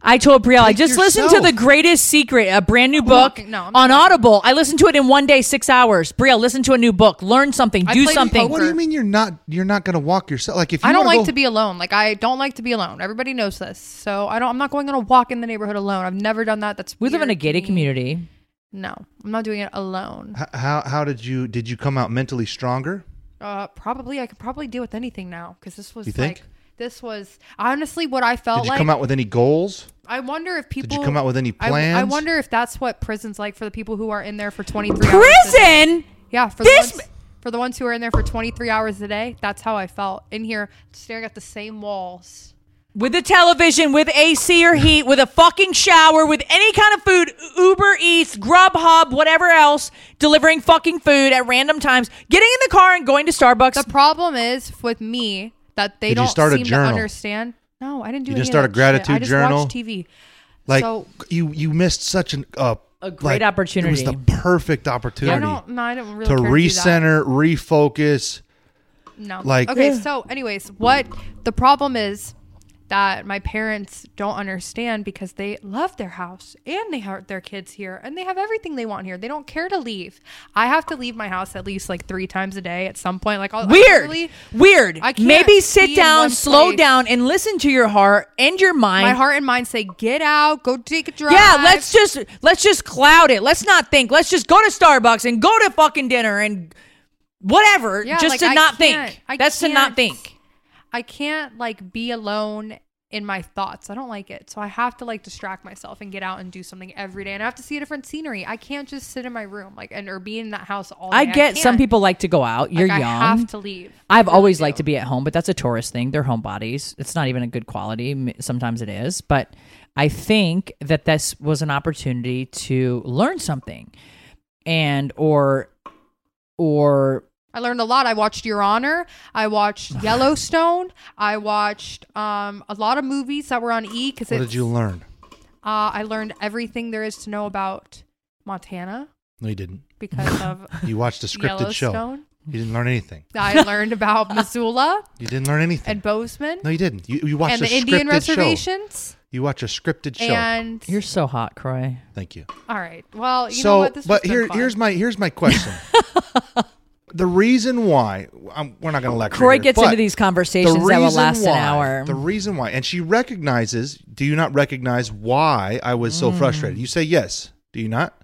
Speaker 3: I told Brielle, I
Speaker 4: Take
Speaker 3: just listened to
Speaker 4: yourself.
Speaker 3: The Greatest Secret, a brand new book
Speaker 5: not- no, I'm not
Speaker 3: on
Speaker 5: talking.
Speaker 3: Audible. I listened to it in one day, six hours. Brielle, listen to a new book, learn something,
Speaker 5: I
Speaker 3: do
Speaker 5: played
Speaker 3: something.
Speaker 5: poker.
Speaker 4: What do you mean you're not you're not going to walk yourself? Like if you
Speaker 5: I don't
Speaker 4: wanna
Speaker 5: like
Speaker 4: go-
Speaker 5: to be alone. Like I don't like to be alone. Everybody knows this. So I don't. I'm not going on a walk in the neighborhood alone. I've never done that. That's
Speaker 3: We live in
Speaker 5: weird
Speaker 3: a
Speaker 5: to
Speaker 3: gated
Speaker 5: me.
Speaker 3: community.
Speaker 5: No, I'm not doing it alone.
Speaker 4: H- how how did you did you come out mentally stronger?
Speaker 5: Uh, probably I could probably deal with anything now because this was
Speaker 4: You think?
Speaker 5: like this was honestly what I felt
Speaker 4: Did you
Speaker 5: Uh, like.
Speaker 4: come out with any goals?
Speaker 5: I wonder if
Speaker 4: you
Speaker 5: people
Speaker 4: come out with any
Speaker 5: I- I,
Speaker 4: plans?
Speaker 5: wonder if that's what prison's like for the people who are in there for 23 hours. a-
Speaker 3: Prison?
Speaker 5: Yeah, for
Speaker 3: This-
Speaker 5: the ones, for the ones who are in there for 23 hours a day. That's how I felt in here, staring at the same walls.
Speaker 3: With a television, with AC or heat, with a fucking shower, with any kind of food, Uber Eats, Grubhub, whatever else, delivering fucking food at random times, getting in the car and going to Starbucks.
Speaker 5: The problem is with me that they
Speaker 4: Did you
Speaker 5: don't
Speaker 4: start a
Speaker 5: seem
Speaker 4: journal?
Speaker 5: to understand. No, I didn't do.
Speaker 4: You didn't
Speaker 5: any of
Speaker 4: start a
Speaker 5: that shit.
Speaker 4: gratitude
Speaker 5: I just
Speaker 4: journal?
Speaker 5: watched TV.
Speaker 4: Like
Speaker 5: so
Speaker 4: you you missed such an uh,
Speaker 3: A great
Speaker 4: like, It was
Speaker 3: opportunity.
Speaker 4: the perfect opportunity
Speaker 5: I don't. No, I don't really
Speaker 4: to
Speaker 5: care do that.
Speaker 4: recenter, refocus.
Speaker 5: No.
Speaker 4: Like-
Speaker 5: okay,
Speaker 4: Yeah.
Speaker 5: so anyways, what the problem is that my parents don't understand because they love their house and they have their kids here and they have everything they want here. They don't care to leave. I have to leave my house at least like three times a day at some point. Like I'll, I
Speaker 3: Weird.
Speaker 5: literally-
Speaker 3: Weird.
Speaker 5: I can't
Speaker 3: Maybe
Speaker 5: be
Speaker 3: sit
Speaker 5: in
Speaker 3: down,
Speaker 5: one
Speaker 3: slow
Speaker 5: place.
Speaker 3: down, and listen to your heart and your mind.
Speaker 5: My heart and mind say, "Get out, go take a drive."
Speaker 3: Yeah, let's just let's just cloud it. Let's not think. Let's just go to Starbucks and go to fucking dinner and whatever.
Speaker 5: Yeah,
Speaker 3: just
Speaker 5: like,
Speaker 3: to
Speaker 5: I
Speaker 3: not think.
Speaker 5: can't- I
Speaker 3: That's to not
Speaker 5: can't.
Speaker 3: think.
Speaker 5: I can't like be alone in my thoughts. I don't like it. So I have to like distract myself and get out and do something every day. And I have to see a different scenery. I can't just sit in my room like and or be in that house all day.
Speaker 3: I get some
Speaker 5: can't.
Speaker 3: people like to go out. You're
Speaker 5: Like,
Speaker 3: young.
Speaker 5: I have to leave.
Speaker 3: I've always liked to be at home, but that's a tourist thing. They're homebodies. It's not even a good quality. M- Sometimes it is, but I think that this was an opportunity to learn something, and or or
Speaker 5: I learned a lot. I watched Your Honor. I watched Yellowstone. I watched um, a lot of movies that were on E because
Speaker 4: What did you learn?
Speaker 5: Uh, I learned everything there is to know about Montana
Speaker 4: No, you didn't.
Speaker 5: because of
Speaker 4: You watched a scripted show.
Speaker 5: Yellowstone.
Speaker 4: You didn't learn anything.
Speaker 5: I learned about Missoula
Speaker 4: You didn't learn anything.
Speaker 5: and Bozeman.
Speaker 4: no, you didn't. You, you watched
Speaker 5: and
Speaker 4: a
Speaker 5: the Indian
Speaker 4: scripted show.
Speaker 5: reservations.
Speaker 4: You watch a scripted show.
Speaker 5: And
Speaker 3: you're so hot, Croy.
Speaker 4: Thank you.
Speaker 5: all right,
Speaker 3: Oh,
Speaker 5: well, you
Speaker 4: so,
Speaker 5: know what? This
Speaker 4: but
Speaker 5: was
Speaker 4: here, here's my here's my question. the reason why I'm, we're not going to lecture.
Speaker 3: Croy
Speaker 4: here,
Speaker 3: gets
Speaker 4: but
Speaker 3: into these conversations
Speaker 4: the
Speaker 3: that will
Speaker 4: reason
Speaker 3: last an
Speaker 4: why-
Speaker 3: hour.
Speaker 4: The reason why, and she recognizes. Do you not recognize why I was
Speaker 3: Mm.
Speaker 4: so frustrated? You say yes. Do you not?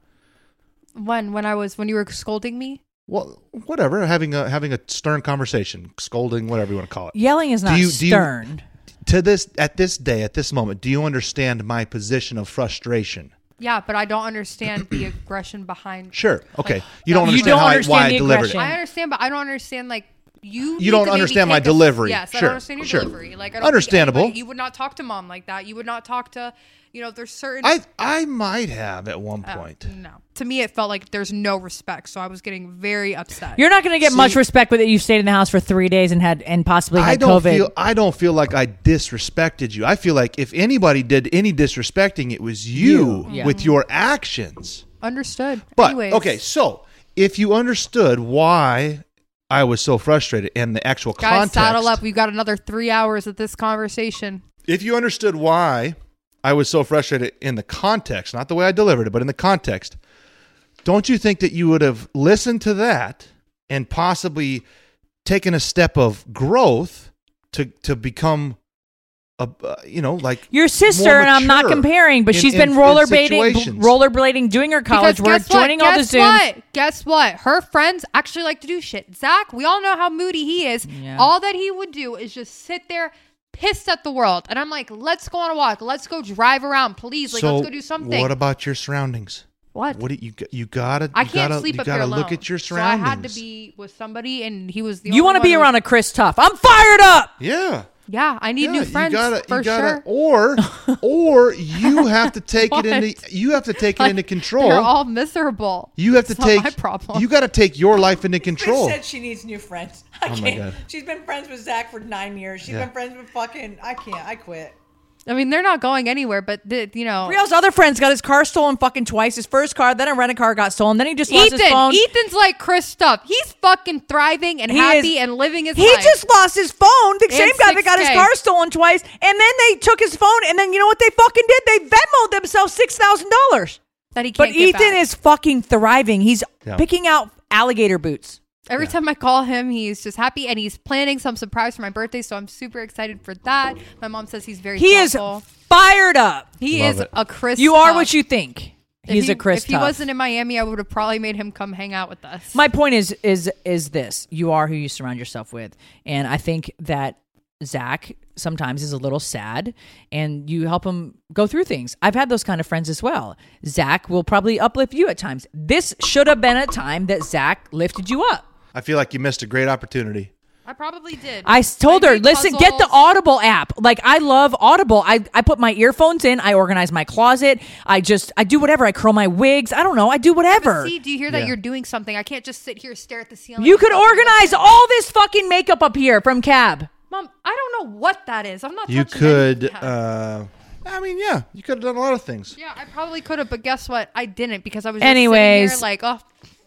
Speaker 5: when when I was when you were scolding me.
Speaker 4: Well, whatever. Having a having a stern conversation, scolding, whatever you want to call it.
Speaker 3: Yelling is
Speaker 4: Do
Speaker 3: not
Speaker 4: you- do you-
Speaker 3: stern.
Speaker 4: To this, at this day, at this moment, do you understand my position of frustration?
Speaker 5: Yeah, but I don't understand the aggression behind.
Speaker 4: Sure. Okay.
Speaker 5: Like,
Speaker 4: you don't
Speaker 5: that's
Speaker 4: understand,
Speaker 3: You don't
Speaker 4: how I-
Speaker 3: understand
Speaker 4: why I
Speaker 3: the
Speaker 4: delivered
Speaker 3: aggression.
Speaker 4: it.
Speaker 5: I understand, but I don't understand like
Speaker 4: You don't
Speaker 5: you need to maybe
Speaker 4: understand my
Speaker 5: take a-
Speaker 4: delivery.
Speaker 5: yes, I
Speaker 4: Sure,
Speaker 5: don't understand your
Speaker 4: sure.
Speaker 5: delivery. Like I don't think
Speaker 4: Understandable.
Speaker 5: anybody- you would not talk to mom like that. You would not talk to you know. There's certain.
Speaker 4: I I might have at one
Speaker 3: Oh.
Speaker 4: point.
Speaker 5: no. To me, it felt like there's no respect. So I was getting very upset.
Speaker 3: You're not going to get
Speaker 4: See-
Speaker 3: much respect with it. You stayed in the house for three days and had and possibly had
Speaker 4: I don't
Speaker 3: COVID.
Speaker 4: feel I don't feel like I disrespected you. I feel like if anybody did any disrespecting, it was you, with your actions.
Speaker 5: Understood.
Speaker 4: But
Speaker 5: Anyways.
Speaker 4: okay, so if you understood why I was so frustrated and the actual
Speaker 5: guys,
Speaker 4: context,
Speaker 5: saddle up. We've got another three hours of this conversation.
Speaker 4: if you understood why I was so frustrated in the context, not the way I delivered it, but in the context, don't you think that you would have listened to that and possibly taken a step of growth to to become a uh, you know like
Speaker 3: Your sister
Speaker 4: more
Speaker 3: and I'm not
Speaker 4: mature
Speaker 3: comparing, but
Speaker 4: in-
Speaker 3: she's
Speaker 4: in-
Speaker 3: been
Speaker 4: in
Speaker 3: rollerblading,
Speaker 4: situations?
Speaker 3: rollerblading, doing her college
Speaker 5: Because
Speaker 3: work,
Speaker 5: guess what?
Speaker 3: joining all the
Speaker 5: Guess
Speaker 3: zooms.
Speaker 5: What? Guess what? Her friends actually like to do shit. Zach, we all know how moody he is. All that he would do is just sit there pissed at the world. And I'm like, let's go on a walk. Let's go drive around. Please, like,
Speaker 4: so
Speaker 5: let's go do something.
Speaker 4: What about your surroundings?
Speaker 5: What?
Speaker 4: What do you g- you gotta?
Speaker 5: I
Speaker 4: you
Speaker 5: can't
Speaker 4: gotta,
Speaker 5: sleep
Speaker 4: You
Speaker 5: up here
Speaker 4: gotta
Speaker 5: alone.
Speaker 4: look at your
Speaker 5: So
Speaker 4: surroundings.
Speaker 5: I had to be with somebody, and he was the
Speaker 3: You
Speaker 5: want to
Speaker 3: be around a Chris Tuff. I'm fired up.
Speaker 4: yeah.
Speaker 5: Yeah, I need
Speaker 4: Yeah,
Speaker 5: new friends for sure.
Speaker 4: Or or you have to take it
Speaker 5: What?
Speaker 4: into you have to take it into control.
Speaker 5: They're all miserable.
Speaker 4: you have to
Speaker 5: It's not
Speaker 4: take
Speaker 5: my problem.
Speaker 4: You got to take your life into control.
Speaker 6: Chris said she needs new friends. I
Speaker 4: Oh my
Speaker 6: can't.
Speaker 4: God.
Speaker 6: She's been friends with Zach for nine years. She's
Speaker 4: Yeah.
Speaker 6: been friends with fucking. I can't. I quit.
Speaker 5: I mean, they're not going anywhere, but the, you know,
Speaker 3: Rio's other friends got his car stolen fucking twice. His first car, then a rental car got stolen. Then he just lost his
Speaker 5: Ethan.
Speaker 3: phone.
Speaker 5: Ethan's like Chris Stuff. He's fucking thriving and
Speaker 3: He
Speaker 5: happy
Speaker 3: is-
Speaker 5: and living his
Speaker 3: he
Speaker 5: life.
Speaker 3: just lost his phone. The
Speaker 5: And
Speaker 3: same guy that got his
Speaker 5: 6K.
Speaker 3: car stolen twice, and then they took his phone, and then you know what they fucking did? They Venmoed themselves six thousand dollars.
Speaker 5: that he
Speaker 3: But
Speaker 5: can't get
Speaker 3: Ethan
Speaker 5: back.
Speaker 3: is fucking thriving. He's
Speaker 4: Yeah.
Speaker 3: picking out alligator boots.
Speaker 5: every time I call him, he's just happy and he's planning some surprise for my birthday. So I'm super excited for that. My mom says he's very
Speaker 3: He
Speaker 5: thoughtful.
Speaker 3: is fired up.
Speaker 5: he
Speaker 4: Love
Speaker 5: is
Speaker 4: it.
Speaker 5: a Chris.
Speaker 3: You are
Speaker 5: Tuff.
Speaker 3: what you think.
Speaker 5: If
Speaker 3: He's
Speaker 5: he-
Speaker 3: a Chris.
Speaker 5: If he
Speaker 3: Tuff.
Speaker 5: wasn't in Miami, I would have probably made him come hang out with us.
Speaker 3: My point is is is this: you are who you surround yourself with, and I think that Zach sometimes is a little sad, and you help him go through things. I've had those kind of friends as well. Zach will probably uplift you at times. This should have been a time that Zach lifted you up.
Speaker 4: I feel like you missed a great opportunity.
Speaker 5: I probably did.
Speaker 3: I s- told her,
Speaker 5: made
Speaker 3: listen, get the
Speaker 5: puzzles.
Speaker 3: Audible app. Like I love Audible. I, I put my earphones in. I organize my closet. I just I do whatever. I curl my wigs. I don't know. I do whatever.
Speaker 5: See, do you hear that?
Speaker 4: Yeah.
Speaker 5: You're doing something. I can't just sit here and stare at the ceiling.
Speaker 3: You could organize all this fucking makeup up here from Cab.
Speaker 5: Mom, I don't know what that is. I'm not.
Speaker 4: You
Speaker 5: touching
Speaker 4: could.
Speaker 5: anything.
Speaker 4: Uh, I mean, yeah, you could have done a lot of things.
Speaker 5: Yeah, I probably could have, but guess what? I didn't because I was just Anyways.
Speaker 3: Anyways.
Speaker 5: like, oh,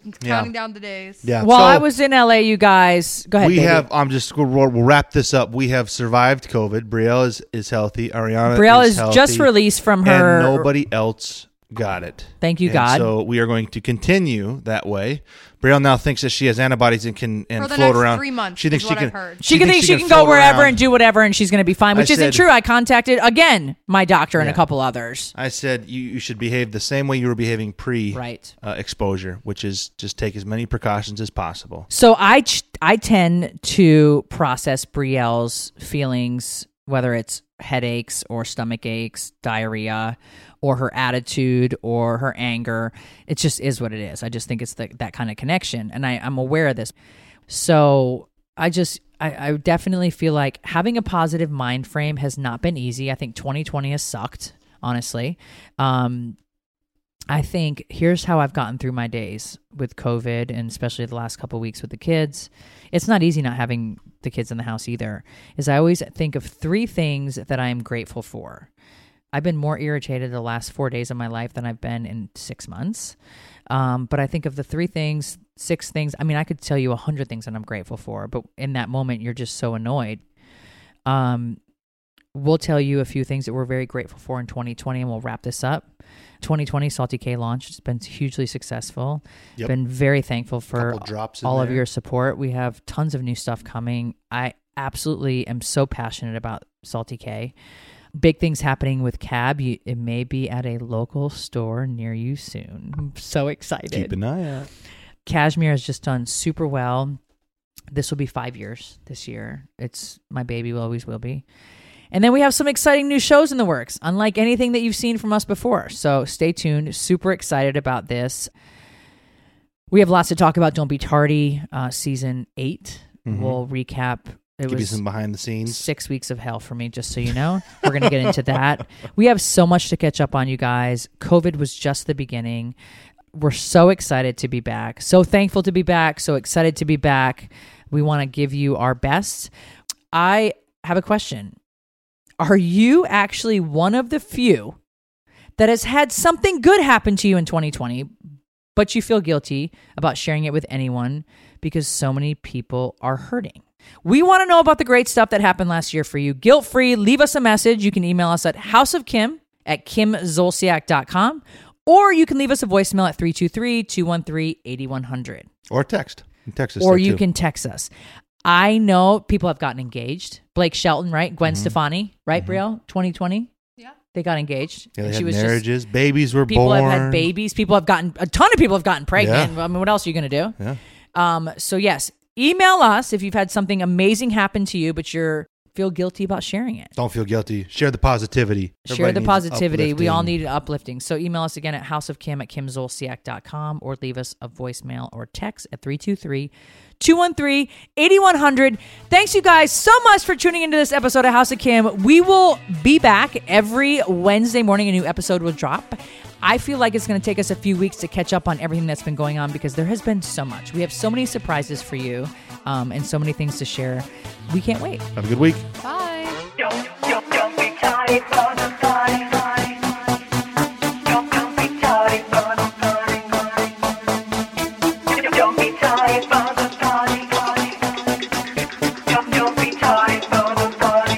Speaker 5: I'm
Speaker 4: Yeah.
Speaker 5: counting down the days.
Speaker 4: Yeah.
Speaker 3: While
Speaker 4: so
Speaker 3: I was in LA, you guys, go ahead.
Speaker 4: we
Speaker 3: baby.
Speaker 4: have. I'm just. We'll, we'll wrap this up. We have survived COVID. Brielle is is healthy. Ariana.
Speaker 3: Brielle
Speaker 4: is,
Speaker 3: is
Speaker 4: healthy,
Speaker 3: just released from her-
Speaker 4: And nobody else got it.
Speaker 3: Thank you,
Speaker 4: And
Speaker 3: God.
Speaker 4: So we are going to continue that way. Brielle now thinks that she has antibodies and can and
Speaker 5: For the
Speaker 4: float
Speaker 5: next
Speaker 4: around.
Speaker 5: three months
Speaker 4: She thinks
Speaker 5: is
Speaker 4: she
Speaker 5: what
Speaker 4: can.
Speaker 5: I've heard.
Speaker 3: She, can think she can go
Speaker 4: float
Speaker 3: wherever
Speaker 4: around.
Speaker 3: and do whatever, and she's going to be fine, which
Speaker 4: I
Speaker 3: isn't
Speaker 4: said-
Speaker 3: true. I contacted again my doctor and a
Speaker 4: Yeah.
Speaker 3: couple others.
Speaker 4: I said you, you should behave the same way you were behaving pre
Speaker 3: Right.
Speaker 4: uh, exposure, which is just take as many precautions as possible.
Speaker 3: So I ch- I tend to process Brielle's feelings, whether it's headaches or stomach aches, diarrhea, or her attitude or her anger. It just is what it is. I just think it's the, that kind of connection, and I, I'm aware of this. So I just I, I definitely feel like having a positive mind frame has not been easy. I think 2020 has sucked, honestly. Um, I think here's how I've gotten through my days with COVID and especially the last couple weeks with the kids. It's not easy not having the kids in the house either. Is I always think of three things that I am grateful for. I've been more irritated the last four days of my life than I've been in six months. Um, but I think of the three things, six things. I mean, I could tell you a hundred things that I'm grateful for, but in that moment, you're just so annoyed. Um, we'll tell you a few things that we're very grateful for in 2020, and we'll wrap this up. 2020 Salty K launch has been hugely successful.
Speaker 4: Yep.
Speaker 3: Been very thankful for
Speaker 4: Couple drops in
Speaker 3: all of
Speaker 4: there.
Speaker 3: your support. We have tons of new stuff coming. I absolutely am so passionate about Salty K. Big things happening with Cab. You, it may be at a local store near you soon. I'm so excited.
Speaker 4: Keep an eye out.
Speaker 3: Cashmere has just done super well. This will be five years this year. It's my baby, will always will be. And then we have some exciting new shows in the works, unlike anything that you've seen from us before. So stay tuned. Super excited about this. We have lots to talk about. Don't be tardy, uh, season eight. We'll recap. It
Speaker 4: Mm-hmm. Give you
Speaker 3: was
Speaker 4: some behind the scenes.
Speaker 3: six weeks of hell for me, just so you know. We're going to get into that. We have so much to catch up on, you guys. COVID was just the beginning. We're so excited to be back. So thankful to be back. So excited to be back. We want to give you our best. I have a question. Are you actually one of the few that has had something good happen to you in 2020, but you feel guilty about sharing it with anyone because so many people are hurting. We want to know about the great stuff that happened last year for you. Guilt free, leave us a message. You can email us at houseofkim at kimzolciak.com or you can leave us a voicemail at 323 213 8100
Speaker 4: Or text. Text us
Speaker 3: or
Speaker 4: there,
Speaker 3: you
Speaker 4: too.
Speaker 3: can text us. I know people have gotten engaged. Blake Shelton, right? Gwen
Speaker 4: Mm-hmm.
Speaker 3: Stefani, right, Brielle? 2020?
Speaker 5: Yeah.
Speaker 3: They got engaged.
Speaker 4: Yeah,
Speaker 3: and
Speaker 4: they
Speaker 3: she
Speaker 4: had
Speaker 3: was just
Speaker 4: marriages. babies were
Speaker 3: people
Speaker 4: born.
Speaker 3: have had babies people have gotten a ton of people have gotten pregnant
Speaker 4: Yeah.
Speaker 3: i mean what else are you going to do
Speaker 4: Yeah.
Speaker 3: um so yes email us if you've had something amazing happen to you but you're feel guilty about sharing it
Speaker 4: Don't feel guilty. Share the positivity.
Speaker 3: share
Speaker 4: Everybody
Speaker 3: the
Speaker 4: needs
Speaker 3: positivity we all
Speaker 4: uplifting.
Speaker 3: need uplifting so email us again at houseofkim at kimzolciak.com or leave us a voicemail or text at 323-213-8100 thanks you guys so much for tuning into this episode of house of kim we will be back every wednesday morning a new episode will drop I feel like it's going to take us a few weeks to catch up on everything that's been going on because there has been so much. We have so many surprises for you um, and so many things to share. We can't wait.
Speaker 4: Have a good week.
Speaker 5: Bye.
Speaker 1: Don't, don't, don't be tardy for the party. Don't, don't be tardy for the party. Don't be tardy for the party. Don't, don't be tardy for the party.